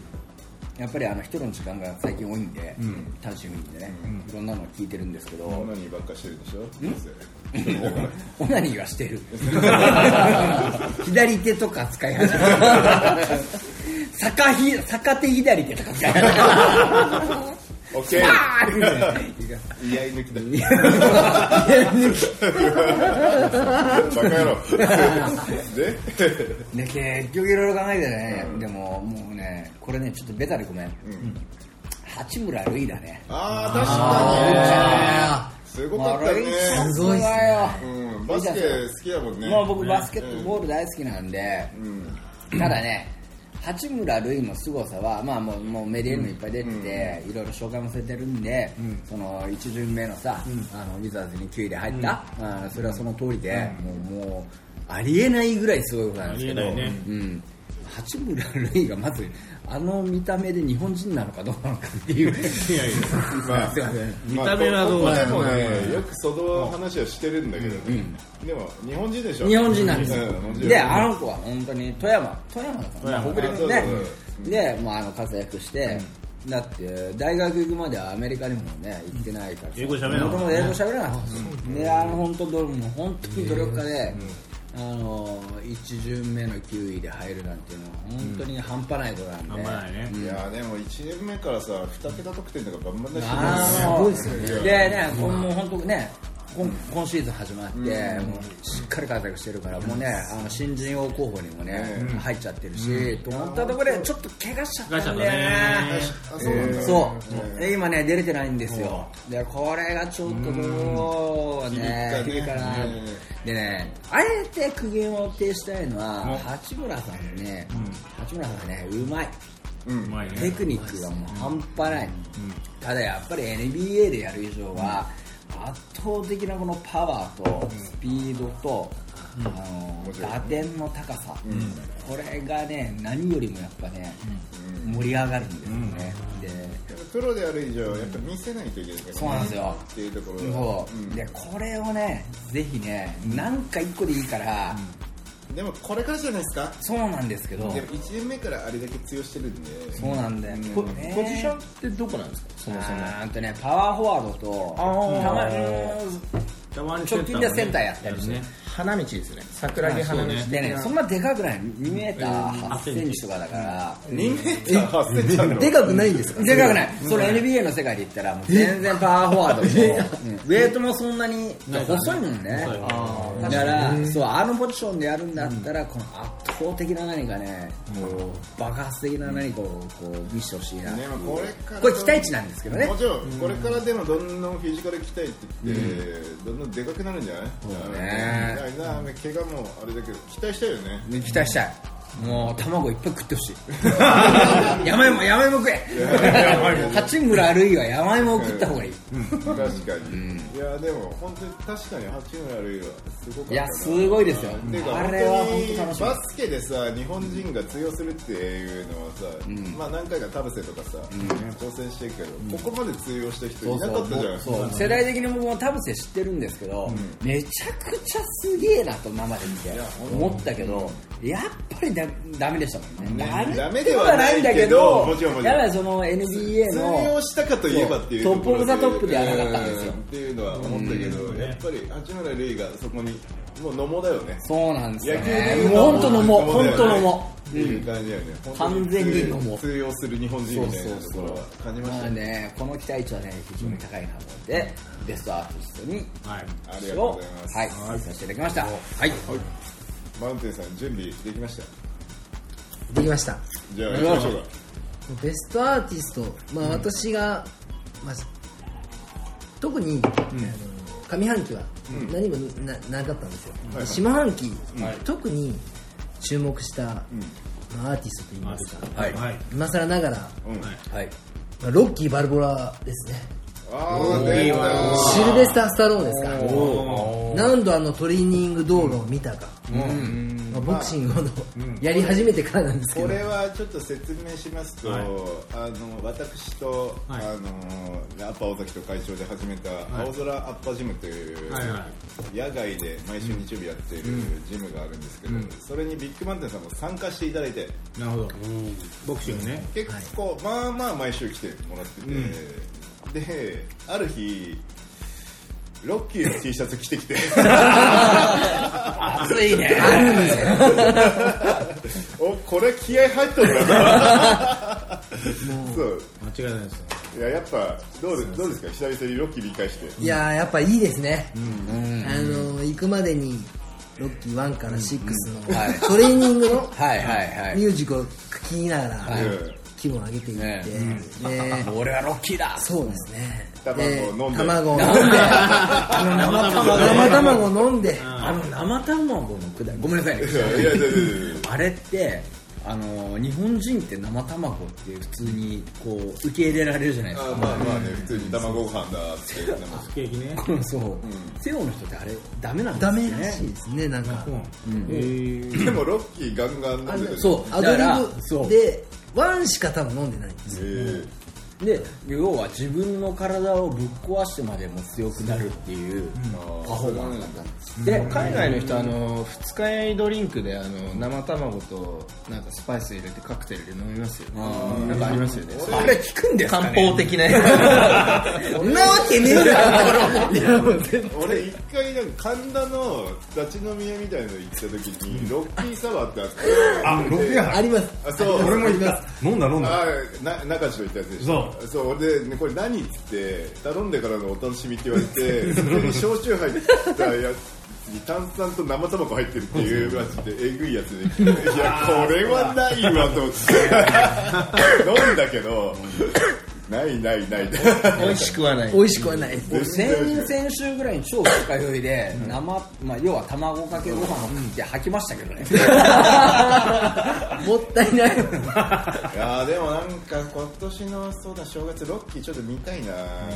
G: やっぱりあの一人の時間が最近多いんで、楽しみでね、いろんなのを聞いてるんですけど、
C: オナニーばっかしてるでしょ
G: オナニーはして る左手とか使い始めた逆ひ逆手左手とか使い始め
C: オッケ
G: た
C: ー
G: いや
C: 居合抜きだ バカ 野郎で
G: で結局いろいろ考えてね、でももうねこれねちょっとベタでごめん、八村塁だね
C: ああ確かにすごかったね
G: 悪いさすが
H: ごいっす
G: よ、
C: うんバスケ好きだもんね
G: まあ僕バスケットボール大好きなんで、
C: うん
G: ただね八村塁の凄さは、まあ、もうもうメディアにもいっぱい出てて、いろいろ紹介もされてるんで、その1巡目のさ、あのウィザーズに9位で入った、あのそれはその通りで、もうもうありえないぐらいすごいことなんですけど
D: ありえないね
G: うん、八村塁がまずあの見た目で日本人なのかどうなのかっていういやいや
C: まあ
G: すいません
D: 見た目はどう
C: まあここでもねよくその話はしてるんだけどねでも日本人でしょ
G: 日本人なんです
C: う
G: よ
C: もちろん
G: であの子は本当に富山富山だった
D: 山
G: 北陸
C: あ
G: ね
C: そうそう
G: でもうあの活躍して、だって大学行くまではアメリカにもね行ってないからさ
D: 英語喋らなかった
G: もともと英語喋らなかったであの本当どもう本当に努力家で、あの1巡目の9位で入るなんていうのは本当に半端ないことなんで、
D: あんまないね
C: いやでも1年目からさ2桁得点とかバンバン出して
G: あ
C: る
G: ーもうすごいですよね。でね、これもう本当ね、今今シーズン始まって、もうしっかり活躍してるから、もうね、あの新人王候補にもね、入っちゃってるし、と思ったところで、ちょっと怪我しちゃったんだ
D: 怪我
G: よ
D: し
G: ね。
C: あそうなんだ
G: そう、で今ね、出れてないんですよ。で、これがちょっとどうね、
C: 響
G: 響
C: く
G: くか
C: かね
G: な。でね、あえて苦言を呈したいのは、八村さんね、八村さんがね、うまい。
D: うまいね
G: テクニックがもう半端ない、ただやっぱり NBA でやる以上は、圧倒的なこのパワーとスピードと、あの打点の高さ、これがね何よりもやっぱね、盛り上がるんですよね、で
C: プロである以上やっぱ見せないといけない
G: そうなんですよ
C: っていうところが
G: そう、でこれをねぜひねなんか一個でいいから、
C: でもこれからじゃないですか
G: そうなんですけど、
C: でも1年目からあれだけ強してるんで
G: そうなんだよ、
C: ん
G: こね
I: ポジションってどこなんですかそもそも
G: あーんとねパワーフォワードとたまに
D: たまに
G: 直近ではセンターやったりして
D: ね
I: 花道ですね桜木花道
D: あそう
G: でね、そんなでかくない2メーター8センチとかだから、
C: 8000ちゃうの
H: でかくないんですか
G: でかくない、その NBA の世界で言ったら、もう全然パワーフォワードも、うんウェイトもそんなに細いもんね、だから、そう、あのポジションでやるんだったら、この圧倒的な何かね、こう爆発的な何かをこう見せてほしいな、
C: ねまあこれから
G: これ、期待値なんですけどね
C: も。ちろんこれからでもどんどんフィジカル鍛えてってどんどんでかくなるんじゃないそう
G: ね
C: な怪我もあれだけど期待したいよね
G: 期待したいもう卵いっぱい食ってほしい 山芋山芋食え 八村塁は山芋を食った方がいい
C: 確かに、いやでも本当に確かに八村塁はすごかった
G: いやすごいですよ
C: てか
G: あれは
C: 本当に
G: 本当楽しみ
C: バスケでさ日本人が通用するっていうのはさ、まあ何回か田臥とかさ、挑戦してるけど、ここまで通用した人いなかったじゃん
G: そう世代的に僕も田臥知ってるんですけど、めちゃくちゃすげえなと今まで見て思ったけど、やっぱりだダメでしたもんね
C: ね
G: ダ
C: ダ
G: メ
C: メ
G: で
C: で
G: は
C: は
G: な
C: ないい
G: んだけ
C: け
G: ど
C: どもちろんもちろん
G: やはりその NBA
C: 通
G: の
C: 用したかといえばっていう
G: そう
C: ところで
G: トップオブザトップではなかったんですよ
C: うんっていうのは思ったけど、やっぱり八村塁がそこにもう野茂だよね
G: そうなんですよ
C: 野球で
G: ね
C: 言うと
G: もう本当のも
C: 野茂
G: 本
C: だよね
G: 当のも
C: っていう感じだよね、
G: 完全に野茂
C: 通用する日本人みたいなところは感じまし
G: ま
C: た
G: あ
C: ね
G: ね、この期待値はね、非常に高いなと思って、ベストアーティストに、
D: はい
C: ありがとう
G: を
C: ございま、す、
G: はい、させていただきました。はい。
C: マウンテンさん準備できました
H: できました
C: じゃあやりましょうか
H: ベストアーティスト、まあ、私が、まあ、特に、あの上半期は何もな,、なかったんですよ、
C: はい
H: 下半期、特に注目した、まあ、アーティストといいますか、
G: はい。
D: はい
H: 今更ながら、ま
G: はい。
H: あ、ロッキー・バルボラですね
C: あー出た
H: シルベスター・スタローンですか何度あのトリーニング動画を見たか、まあ、ボクシングをのやり始めてからなんですけ
C: こ
H: ど
C: れはちょっと説明しますと、あの私と、
D: はい
C: あのアッパ尾崎と会長で始めた青空アッパジムという、
D: はいは
C: 野外で毎週日曜日やってるジムがあるんですけど、それにビッグマンテンさんも参加していただいて
D: なるほどボクシングね
C: 結構、まあまあ毎週来てもらってて、である日ロッキーの T シャツ着てきて
G: 熱いね。あるんですよ。
C: おこれ気合入っとるなそう
D: 間違いないですよ
C: いややっぱどうでどうですか久々にロッキー見返して
H: いやーやっぱいいですね、あのー行くまでにロッキー1から6の
G: はい
H: トレーニングの
G: はいはい
H: ミュージックを聴きながら
C: い
H: 気分を上げてい
G: ね
H: って、で
G: はい。俺はロッキーだ
H: そうですね
C: 卵
H: で
C: を飲んで
H: 卵を飲んで生卵を飲
G: 生
H: んで
G: あの生卵のくだり、ごめんなさいね。
C: いやいやいやいや
G: あれって、あの日本人って生卵って普通にこう受け入れられるじゃないです
C: あまあまあね、普通に卵ご飯だって言っても
D: ケーキね
G: か、そう、西洋の人ってあれダメなんです
H: ダ
G: よ
H: メ
G: ね
H: らしいですねなんか
C: でもロッキーガンガン飲ん
H: あ
C: でた
H: の
C: よ
H: そうア
G: だ
H: ド
G: から
H: リ
G: そう
H: ブでワンしか多分飲んでないんですよ
C: へー
G: で要は自分の体をぶっ壊してまでも強くなるっていうパフォーマンスだったんです
I: で海外の人あの二日酔いドリンクであの生卵となんかスパイス入れてカクテルで飲みますよねなんかありますよね
G: あれ聞くんですか、ね、
I: 漢方的なや
G: そんなわけねえだ ろ
C: 俺一回なんか神田の立ち飲み屋みたいの行った時にロッキーサワーってあって
E: あ、ロケや。
H: あります
C: あそう
E: 俺もいます。飲んだ飲んだ。
C: あな中地と行ったやつでしょそう俺で、ね、これ何っつって頼んでからのお楽しみって言われてそれに焼酎入ったやつに炭酸と生卵入ってるっていうマジでえぐいやつで いやこれはないわと思って飲んだけどないないないって
I: つ美味しくはない
H: 美味しくはない
G: 俺先先週ぐらいに超二日酔いで生、まあ、要は卵かけご飯を食って吐きましたけどね
H: もったいない
C: いやーでもなんか今年のそうだ正月ロッキーちょっと見たいな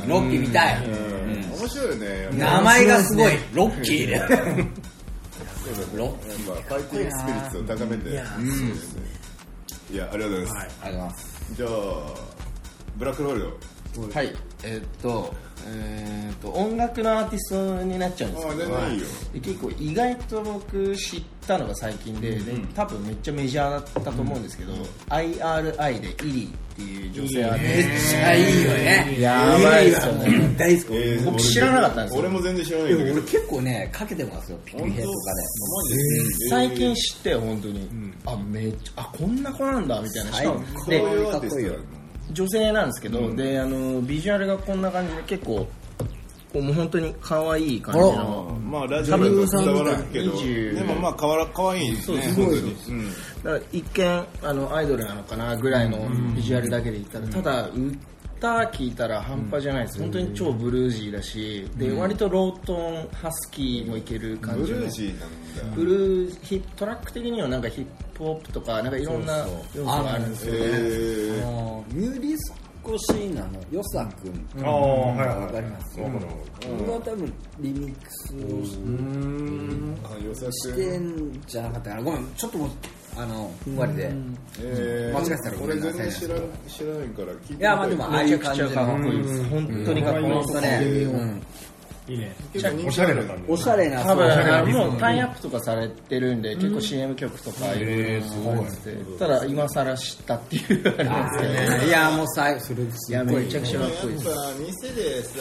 G: ロッキーみたい
C: うん面白いよね
G: 名前がすごいロッキーでロッ
C: やっぱファイティングスピリッツを高めていやいやありがとうございます、
G: ありがとうございます
C: じゃあブラックホールド
I: はいえーっとえーっと音楽のアーティストになっちゃうんです
C: あ
I: け
C: 全
I: ど
C: 然いいよ
I: で結構意外と僕知ったのが最近で,で、多分めっちゃメジャーだったと思うんですけど、IRI でイリーっていう女性アーティ
G: めっちゃいいよね
I: やばいっすよね
G: 大好き
C: えー
I: 僕知らなかったんですよ
C: 俺も全然知らないんだけ
G: 俺
C: ど
G: 結構ねかけてますよピクリヘッドとかで
I: スト最近知って本当に、あめっちゃあこんな子なんだみたいなしかも
C: こう
I: で
C: いうアーティストだよ
I: 女性なんですけど、であのビジュアルがこんな感じで結構こうもう本当に可愛い感じの
C: まあラジオだと伝わらんけど
I: 20
C: でもまあかわらかわいいですね本当にうん
I: だから一見あのアイドルなのかなぐらいのビジュアルだけで言ったら、ただ歌聞いたら半端じゃないです、本当に超ブルージーだし、で割とロートーンハスキーもいける感
C: ブ
I: じの
C: ルージーなんだ
I: ブルーヒップトラック的にはなんかヒップホップとかなんかいろんな要素があるんですよね
C: えー
G: もうニューディスコシーナのよさくん
E: ああ、はいはい。
G: わかりますこれは多分リミックスをし
C: あよさして
G: んじゃなかったかなごめんちょっともうあのふんわりで
C: え
G: 間
C: ー
G: 違ってたらごめ
C: 俺
G: んな
C: 全
G: さい
C: 然
G: ね
C: 知らん知らないから聞いてみ
G: い
C: た
G: やまあでもああいう感じの
I: かっこいいです本当にかっこいいです
G: 本当ね、うん
D: いいね
C: 結構人気あるから
G: おしゃれな
I: 多
G: そう
I: 分あのもうタイアップとかされてるんで、結構 CM 曲とかいろいろ使われてて、ただ今更知ったっていうあれなんですけどね
G: いやもうさそれす
I: いや
G: ごい
I: めちゃくちゃかっこいい
C: や
I: で
C: っ
I: す
C: ぱ店でさ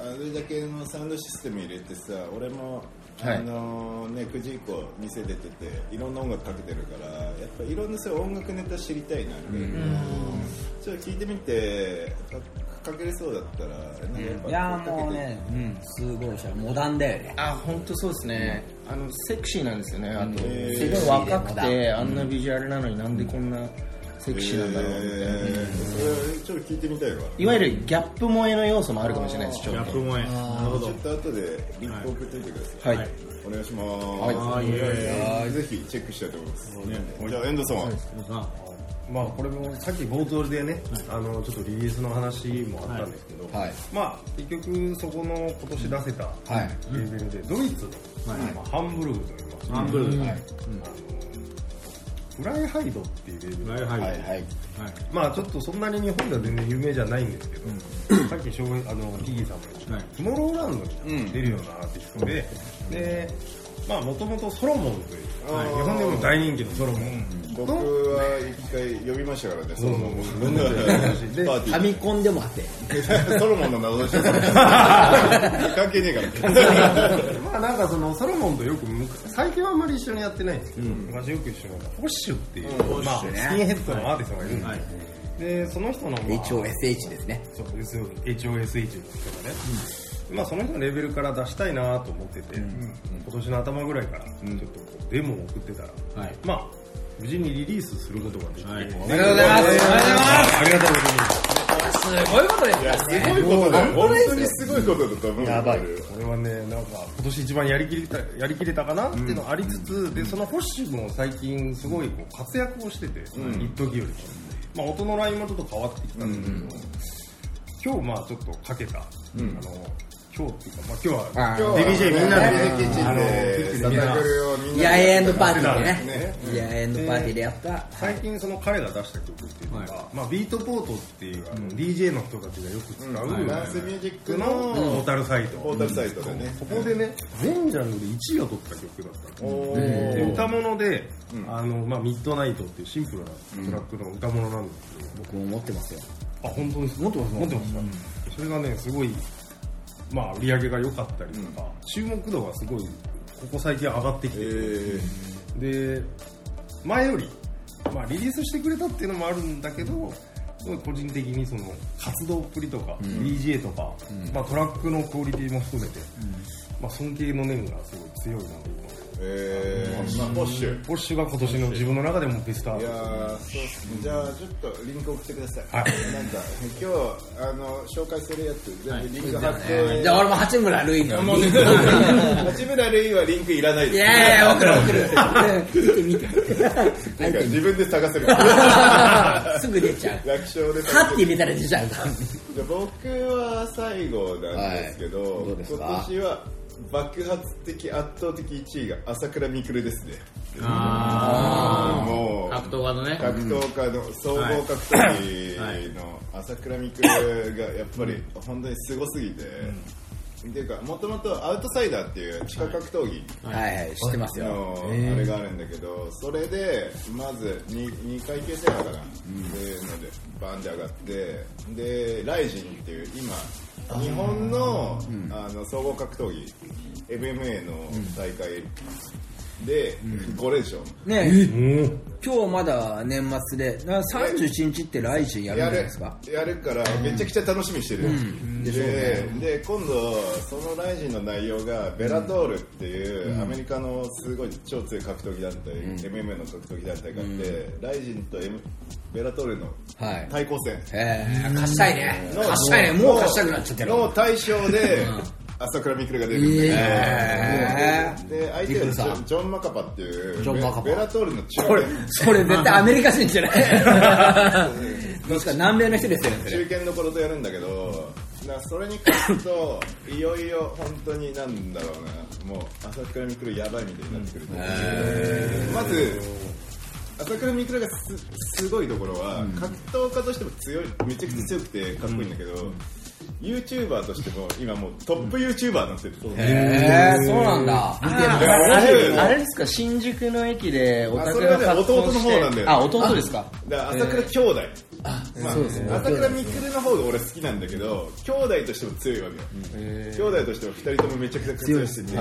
C: あれだけのサウンドシステム入れてさ俺も
I: はい
C: あのね9時以降店出てていろんな音楽かけてるからやっぱいろんなそういう音楽ネタ知りたいなみたいなちょっと聞いてみてかかけれそうだったらなんか
G: い
C: や
G: や
C: っぱ
G: もうね、うん、すごいおしゃれモダンだよね
I: あ本当そうですね、あのセクシーなんですよねあと、
C: へー
I: すごい若く
G: セクシー
I: てあんなビジュアルなのになんでこんなセクシーなんだろうみたいな、
C: えーそれちょっと聞いてみたいわ
I: いわゆるギャップ萌えの要素もあるかもしれないですちょ
D: ギャ
I: っ
D: ッ
I: と
D: プ萌えなるほ
C: ち
D: ど
C: ょっと後でリンク送っておいてください
I: はい、
C: お願いします、
D: はいいえい
C: ぜひチェックしたいと思います、じゃあ遠藤さんは、
D: さ
E: まあこれもさっき冒頭でね、あのちょっとリリースの話もあったんですけど、
G: はい
E: まあ結局そこの今年出せた
G: はい
E: レーベルでドイツの、まあハンブルグと言います、
D: アンブルー
E: フライハイドっていうレーベル
D: ライハイ
G: はいはい
E: まあちょっとそんなに日本では全然有名じゃないんですけど、さっき翔平あのキギーさんも言った、
D: はい
E: トゥモローランドに出るようなアーティストで、でまあもともとソロモンという、
C: はい
E: 日本でも大人気のソロモン、
C: 僕は一回呼びましたからね、ソロモンを。
E: で
C: パーテ
G: ファミコンでもあって
C: ィー。 ソロモンの謎でしょ、それ関係ねえから。
E: まあなんかそのソロモンとよくむ最近はあんまり一緒にやってないんですけど、昔よく一緒にやったフォッシュっていう、まあ、スキンヘッドのアーティストがいるんですよ、でその人の、まあ
G: HOSH ですね
E: そう HOSH って人がね、まあその人のレベルから出したいなと思ってて、今年の頭ぐらいからちょっとこうデモを送ってたら、
D: はい
E: まあ無事にリリースすることができて、
D: はい
E: おめでとうございますありがとうございます
G: すごいことですよ
C: すごいことだよ本当にすごいことだと思う
E: やばいこれはねなんか今年一番やりきれたやりきれたかなっていうのありつつ、でそのホッシーも最近すごいこう活躍をしてて、一時よりも、まあ、音のラインもちょっと変わってきたんだけど、今日まあちょっとかけた、あの今日っていうか、まあ、今日は
C: 今日は
E: DBJ みんなで
C: ねキッチンで
E: あの
C: 叩けるようみんなで
G: ヤエンドパーティーで
C: ね
G: ねヤエンドパーティーでやった
E: 最近その彼が出した曲っていうのが、まあ、ビートポートっていうあの DJ の人たちがよく使う、
C: ダンスミュージック
E: のポ
C: の
E: ータルサイト、
C: ポータルサイトでね
E: そこでね全ジャンルで1位を取った曲だったの
C: お
E: で
C: ー
E: 歌物で、あのまあ、ミッドナイトっていうシンプルなトラックの歌物なんですけど、
G: 僕も持ってますよ
E: あ本当です持ってます持ってますか、それがねすごいまあ売り上げが良かったりとか、注目度がすごいここ最近上がってきて
C: え
E: で前より、まあ、リリースしてくれたっていうのもあるんだけどすごい個人的にその活動っぷりとか、DJ とか、まあ、トラックのクオリティも含めて、まあ、尊敬の念がすごい強いなと
C: ーえーまあポッシュ
E: ポッシュが今年の自分の中でもベストアー
C: い
E: テ
C: や
E: ィスト
C: ーそうっすねじゃあちょっとリンク送ってください、なんか今日あの紹介するやつ全部リンク貼って、
G: じゃあ俺も八村塁の
C: もうね、 八村塁はリンクいらない
G: い
C: です。
G: やいや送る送る見て見て
C: なんか自分で探せる。
G: すぐ出ちゃう
C: 楽勝で
G: ハ
C: 探
G: ッて
C: せる。
G: 入れたら出ちゃうから
C: じゃあ僕は最後なんですけど、
G: はいどうですか
C: 今年は爆発的圧倒的1位が朝倉未来ですね。
D: あ
C: も
D: あ
C: う
D: 格闘家のね
C: 格闘家の総合格闘技の朝倉未来がやっぱり本当にすごすぎて、っていうかもともとアウトサイダーっていう地下格闘技。
G: はいはい知ってますよ
C: のあれがあるんだけどそれでまず 2, 階級制覇かな、っていうのでバンって上がってでライジンっていう今日本の,、あの総合格闘技 MMA の大会で5連勝、
G: ね今日まだ年末でな31日って来週やるんじ
C: や
G: ゃない
C: る
G: ですか
C: やるからめちゃくちゃ楽しみにしてる、でで今度そのライジンの内容がベラトールっていうアメリカのすごい超強い格闘技団体、MMA の格闘技団体があって、ライジンと、M、ベラトールの
G: はい
C: 対抗戦
G: えー貸したいね
C: の、
G: 貸したいねもう貸したくなっちゃってる
C: の対象で朝倉未来が出るんだよ
G: え
C: ねで相手
G: びっくりした
C: はジョジョン・マカパっていう
G: ジョンマカパ
C: ベベラトールの中
G: ーこれ
C: 堅
G: それ絶対アメリカ人じ ゃないどっちか南米の人ですよねそれ
C: 中堅どころとやるんだけど、だからそれに勝つと、いよいよ本当になんだろうな、もう朝倉未来やばいみたいになってくると思うまず、朝倉未来がすすごいところは、格闘家としても強い、めちゃくちゃ強くてかっこいいんだけど、YouTuber としても今もうトップ YouTuber になってる。
G: えーそうなんだ見てる
C: だから
I: あ
C: 面白いよ
I: れ
C: ね
I: あれですか新宿の駅でお宅
C: あそれがね弟の方なんだよ
I: あ弟ですか
C: だから朝倉兄弟、まあ朝倉未来の方が俺好きなんだけど兄弟としても強いわけよ、兄弟としても2人ともめちゃくちゃ活躍してて、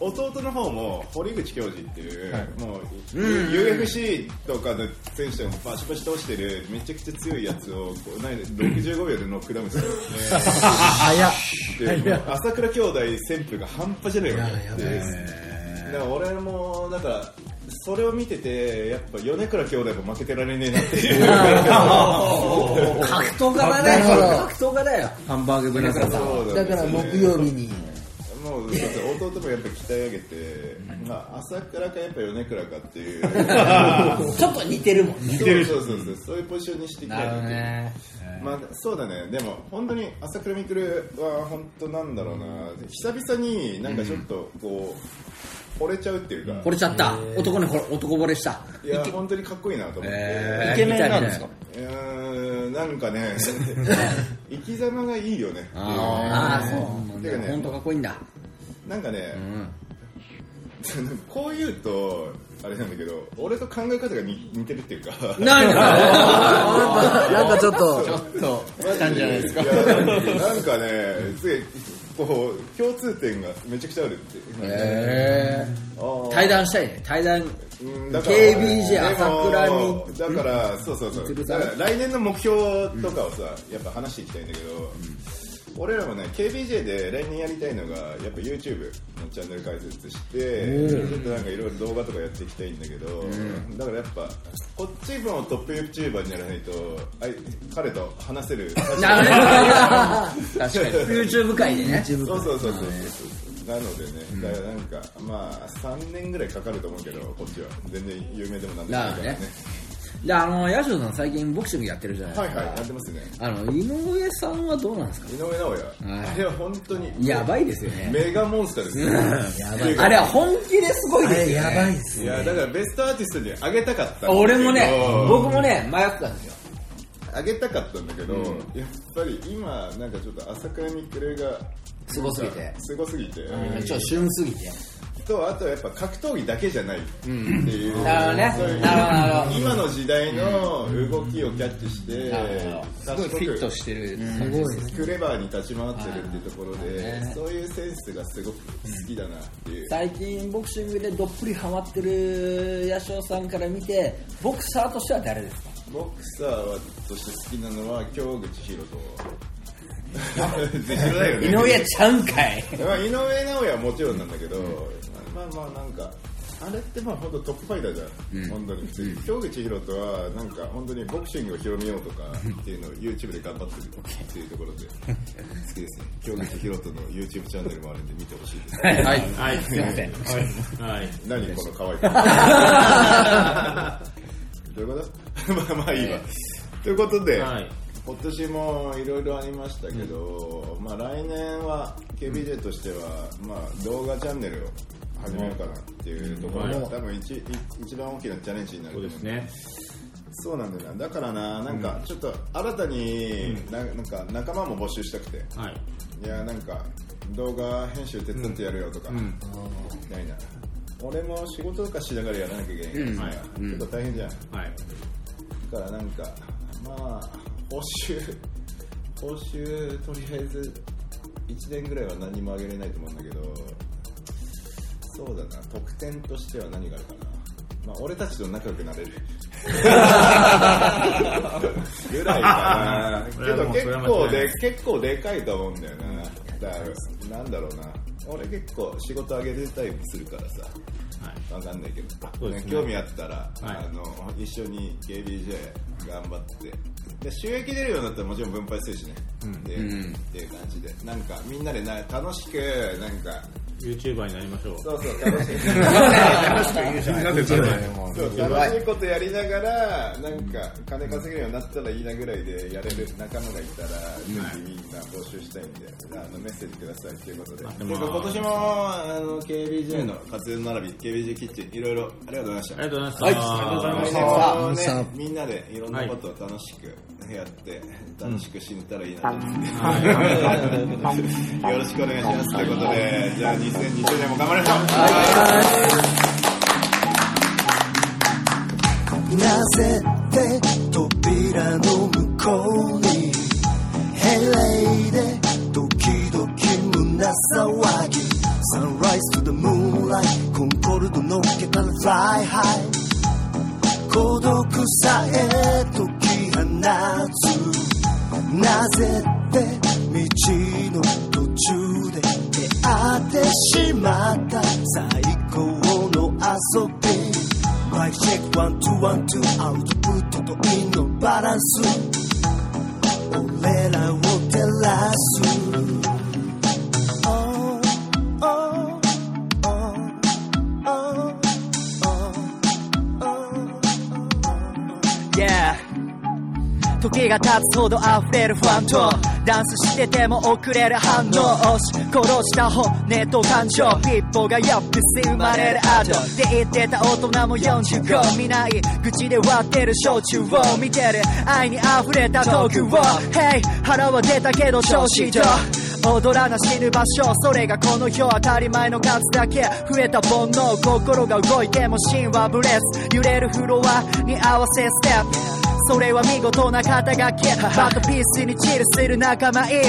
C: 弟の方も堀口教授っていう、もう、UFC とかの選手がバシバシ倒してるめちゃくちゃ強いやつをこうないで65秒でノックダウンする、早っでもう朝倉兄弟旋風が半端じゃないわけよだから俺もだからそれを見ててやっぱ米倉兄弟も負けてられねえなっていう
G: 格闘家だね
H: なるほど
G: 格闘家だよハンバーグブラザー
C: そう
H: だから木曜日に
C: もう弟もやっぱ鍛え上げて、まあ、朝倉かやっぱ米倉かっていう
G: ちょっと似てるもんね
C: そうそうそうそうそういうポジションにしていきたいなっていうまあ、そうだねでも本当に朝倉未来は本当なんだろうな久々になんかちょっとこう惚れちゃうっていうか、
G: 惚れちゃった男に惚れ男惚れした
C: いや本当にかっこいいなと思っ
I: イ
G: イ
C: て、
I: ケメンなんですか
C: うーんなんか ね生き様がいいよね
G: ああそうなんだ
C: てかね
G: 本当かっこいいんだ
C: なんかね、こう言うとあれなんだけど俺と考え方が似似てるっていうか
G: なんだ
H: なんかちょっと
C: 来たんじゃないですかなんかねすげえこう共通点がめちゃくちゃあるっていう
G: へ
C: あー
G: 対談したいね対談
C: うん
G: KBJ
C: でも
G: 朝倉に
C: だからそうそうそう
G: るさ
C: だから来年の目標とかをさやっぱ話していきたいんだけど、俺らもね KBJ で来年やりたいのがやっぱ YouTube のチャンネル開設してちょっとなんかいろいろ動画とかやっていきたいんだけど、だからやっぱこっちもトップ YouTuber にならないとあい彼と話 せる
G: 確かに YouTube 界でね
C: そうそうそうそうそうそうなのでね、だからなんかまあ3年ぐらいかかると思うけどこっちは全然有名でもなんでもないからね
G: であの八代さん最近ボクシングやってるじゃない
C: は
G: で
C: い
G: すか、
C: はいやってますね
G: あの井上さんはどうなんですか
C: 井上尚
G: はい
C: 弥あれは本当に
G: やばいですよね
C: メガモンスターですよっていうか
G: あれは本気ですごいですよ、ね、
H: やばいっす
C: いやだからベストアーティストにあげたかったんだけど
G: 俺もね僕もね迷ったんですよ
C: あげたかったんだけど、やっぱり今なんかちょっと朝倉未来が
G: すごすぎて
C: すごすぎて、
G: ちょっと旬すぎて
C: とあとやっぱ格闘技だけじゃないっていう、
G: なるほどね
C: そういう
G: なるほどなるほど
C: 今の時代の動きをキャッチして、
I: すごいフィットしてる感じですね
C: クレバーに立ち回ってるっていうところで、そういうセンスがすごく好きだなっていう、
G: 最近ボクシングでどっぷりハマってる八代さんから見てボクサーとしては誰ですか
C: ボクサーとして好きなのは京口博 人自信ないよね
G: 井上ちゃうんかい
C: まあ、井上尚弥はもちろんなんだけど、まあまあなんかあれってまあ本当トップファイターじゃん、本当に京口博人はなんか本当にボクシングを広めようと かっていうのを YouTube で頑張ってるっていうところで好きです ね京口博人の YouTube チャンネルもあるんで見てほしいです
G: はい
D: はい、すいません。はい。
C: 何この可愛い 子どういうこと まあまあいいわということで、
D: はい。
C: 今年もいろいろありましたけど、まあ来年は KBJ としては、まあ動画チャンネルを始めようかなっていうところが、
D: うん
C: 多分一一一番大きなチャレンジになる
D: そう
C: と
D: で
C: 思う
D: すね。
C: そうなんだよなだからななんかちょっと新たに、ななんか仲間も募集したくて
D: はい。
C: いやなんか動画編集手伝ってやるよとか、
D: うん。
C: みたいな俺も仕事とかしながらやらなきゃいけないから、
G: うん
C: はい結構大変じゃん
D: はい。
C: だからなんかまあ報酬報酬とりあえず1年ぐらいは何もあげれないと思うんだけどそうだな特典としては何があるかなまあ俺たちと仲良く なれるぐらいかなけど
D: それは
C: 結
D: もうそ
C: 構
D: れは間違いない
C: で結構でかいと思うんだよなだからなんだろうな俺結構仕事あげれたりもするからさ
D: はい。
C: わかんないけ
D: そ
C: ど、
D: うですね
C: 興味あったら、
D: はい
C: あの一緒に KBJ 頑張ってで収益出るようになったらもちろん分配するしね、で
G: うん
C: っていう感じでなんかみんなでな楽しくなんか
D: YouTuber になりましょう。
C: そうそう楽しく そう楽しいことやりながらなんか金稼げるようになったらいいなぐらいでやれる仲間がいたら、ぜひみんな募集したいんであのメッセージくださいということで
D: でも
C: てか今年もあの KBJ の活用並び KBJ キッチンいろいろありがとうございました
D: ありがとうございました。はい。
C: 来年
G: さ
C: も
H: さ
C: ね、みんなでいろんなことを楽しくやって、楽しく死ねたらいいなと思って、よろしくお願いしますということで、じゃあ2020年も頑張りましょう、
B: なぜって扉の向こうにヘレイで時々胸騒ぎ Sunrise to the moonlight コンコルドのっけたら Fly high 孤独さえ解き放つなぜって道の途中で出会ってしまった最高の遊び Mic check ワンツーワンツーアウトプットとインのバランス俺らを照らす Oh, oh, oh, oh, oh, oh.
J: 時が経つほど溢れるファンとダンスしてても遅れる反応押し殺した骨と感情一歩がやっぴし生まれるアドって言ってた大人も45見ない口で割ってる焼酎を見てる愛に溢れたトークを Hey 腹は出たけど調子どう踊らな死ぬ場所それがこの世当たり前の数だけ増えた煩悩心が動いても芯はブレス揺れるフロアに合わせステップそれは見事な肩書きバッドピースにチルする仲間いる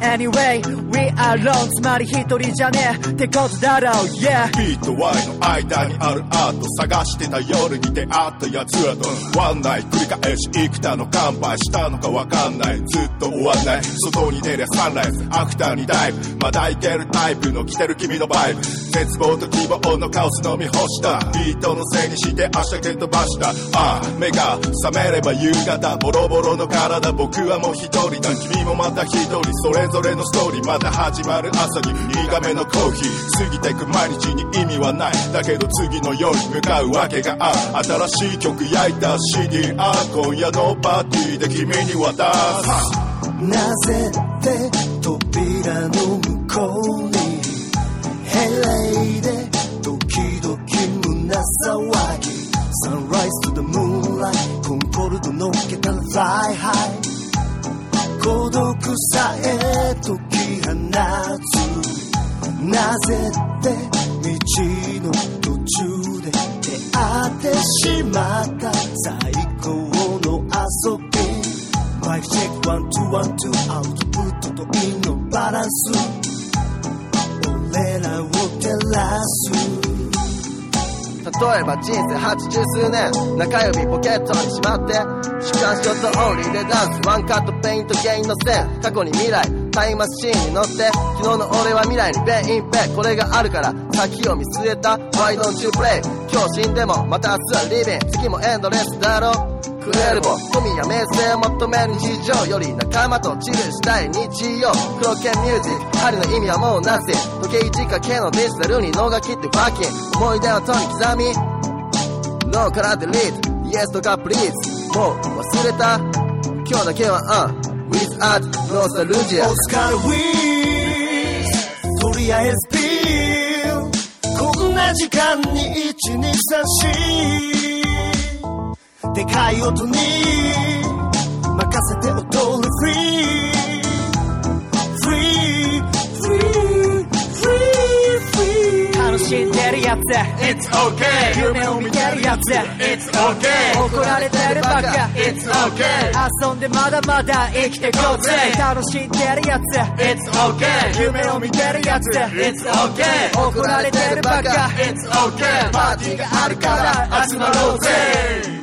J: Anyway we are alone つまり一人じゃねえってことだろう Yeah
K: B と Y の間にあるアート探してた夜に出会ったやつらとワンナイト繰り返し幾多の乾杯したのかわかんないずっと終わんない外に出りゃサンライズアフターにダイブまだいけるタイプの着てる君のバイブ絶望と希望のカオス飲み干したビートのせいにして明日蹴飛ばしたああ目が覚めれば夕方ボロボロの体僕はもう一人だ君もまた一人それぞれのストーリーまた始まる朝に苦めのコーヒー過ぎてく毎日に意味はないだけど次の夜に向かうわけがある新しい曲焼いた CD ああ今夜のパーティーで君に渡す
B: なぜって扉の向こうにヘレイでドキドキ胸騒ぎ Sunrise to the moonlight コンコルドのっけから Fly high 孤独さえ解き放つなぜって道の途中で出会ってしまった最高の遊びマイクチェックワンツーワンツーアウトプットとインのバランス俺らを照らす
L: 例えば人生80数年中指ポケットにしまって主観ショットオンリーでダンスワンカットペイントゲインの線過去に未来タイムマシーンに乗って昨日の俺は未来にペインペイこれがあるから先を見据えた Why don't you play 今日死んでもまた明日はリビン次もエンドレスだろクエルボ富や名声を求める日常より仲間とチルしたい日曜黒剣ミュージック針の意味はもうなし時計時かけのデジタルに脳が切ってバキン思い出をとに刻み脳からデリートイエスとかプリーズもう忘れた今日だけはうん With Art ノスタルジア
B: オスカルウィーズとりあえずビールこんな時間に1234でかい音に任せて踊るフリーフリーフリーフリーフリー
J: 楽しんでるやつ
K: It's okay
J: 夢を見てるやつ
K: It's okay
J: 怒られてるバカ
K: It's okay
J: 遊んでまだまだ生きてこうぜ楽しんでるやつ
K: It's okay
J: 夢を見てるやつ
K: It's okay
J: 怒られてるバカ
K: It's okay パーティーがあるから集まろうぜ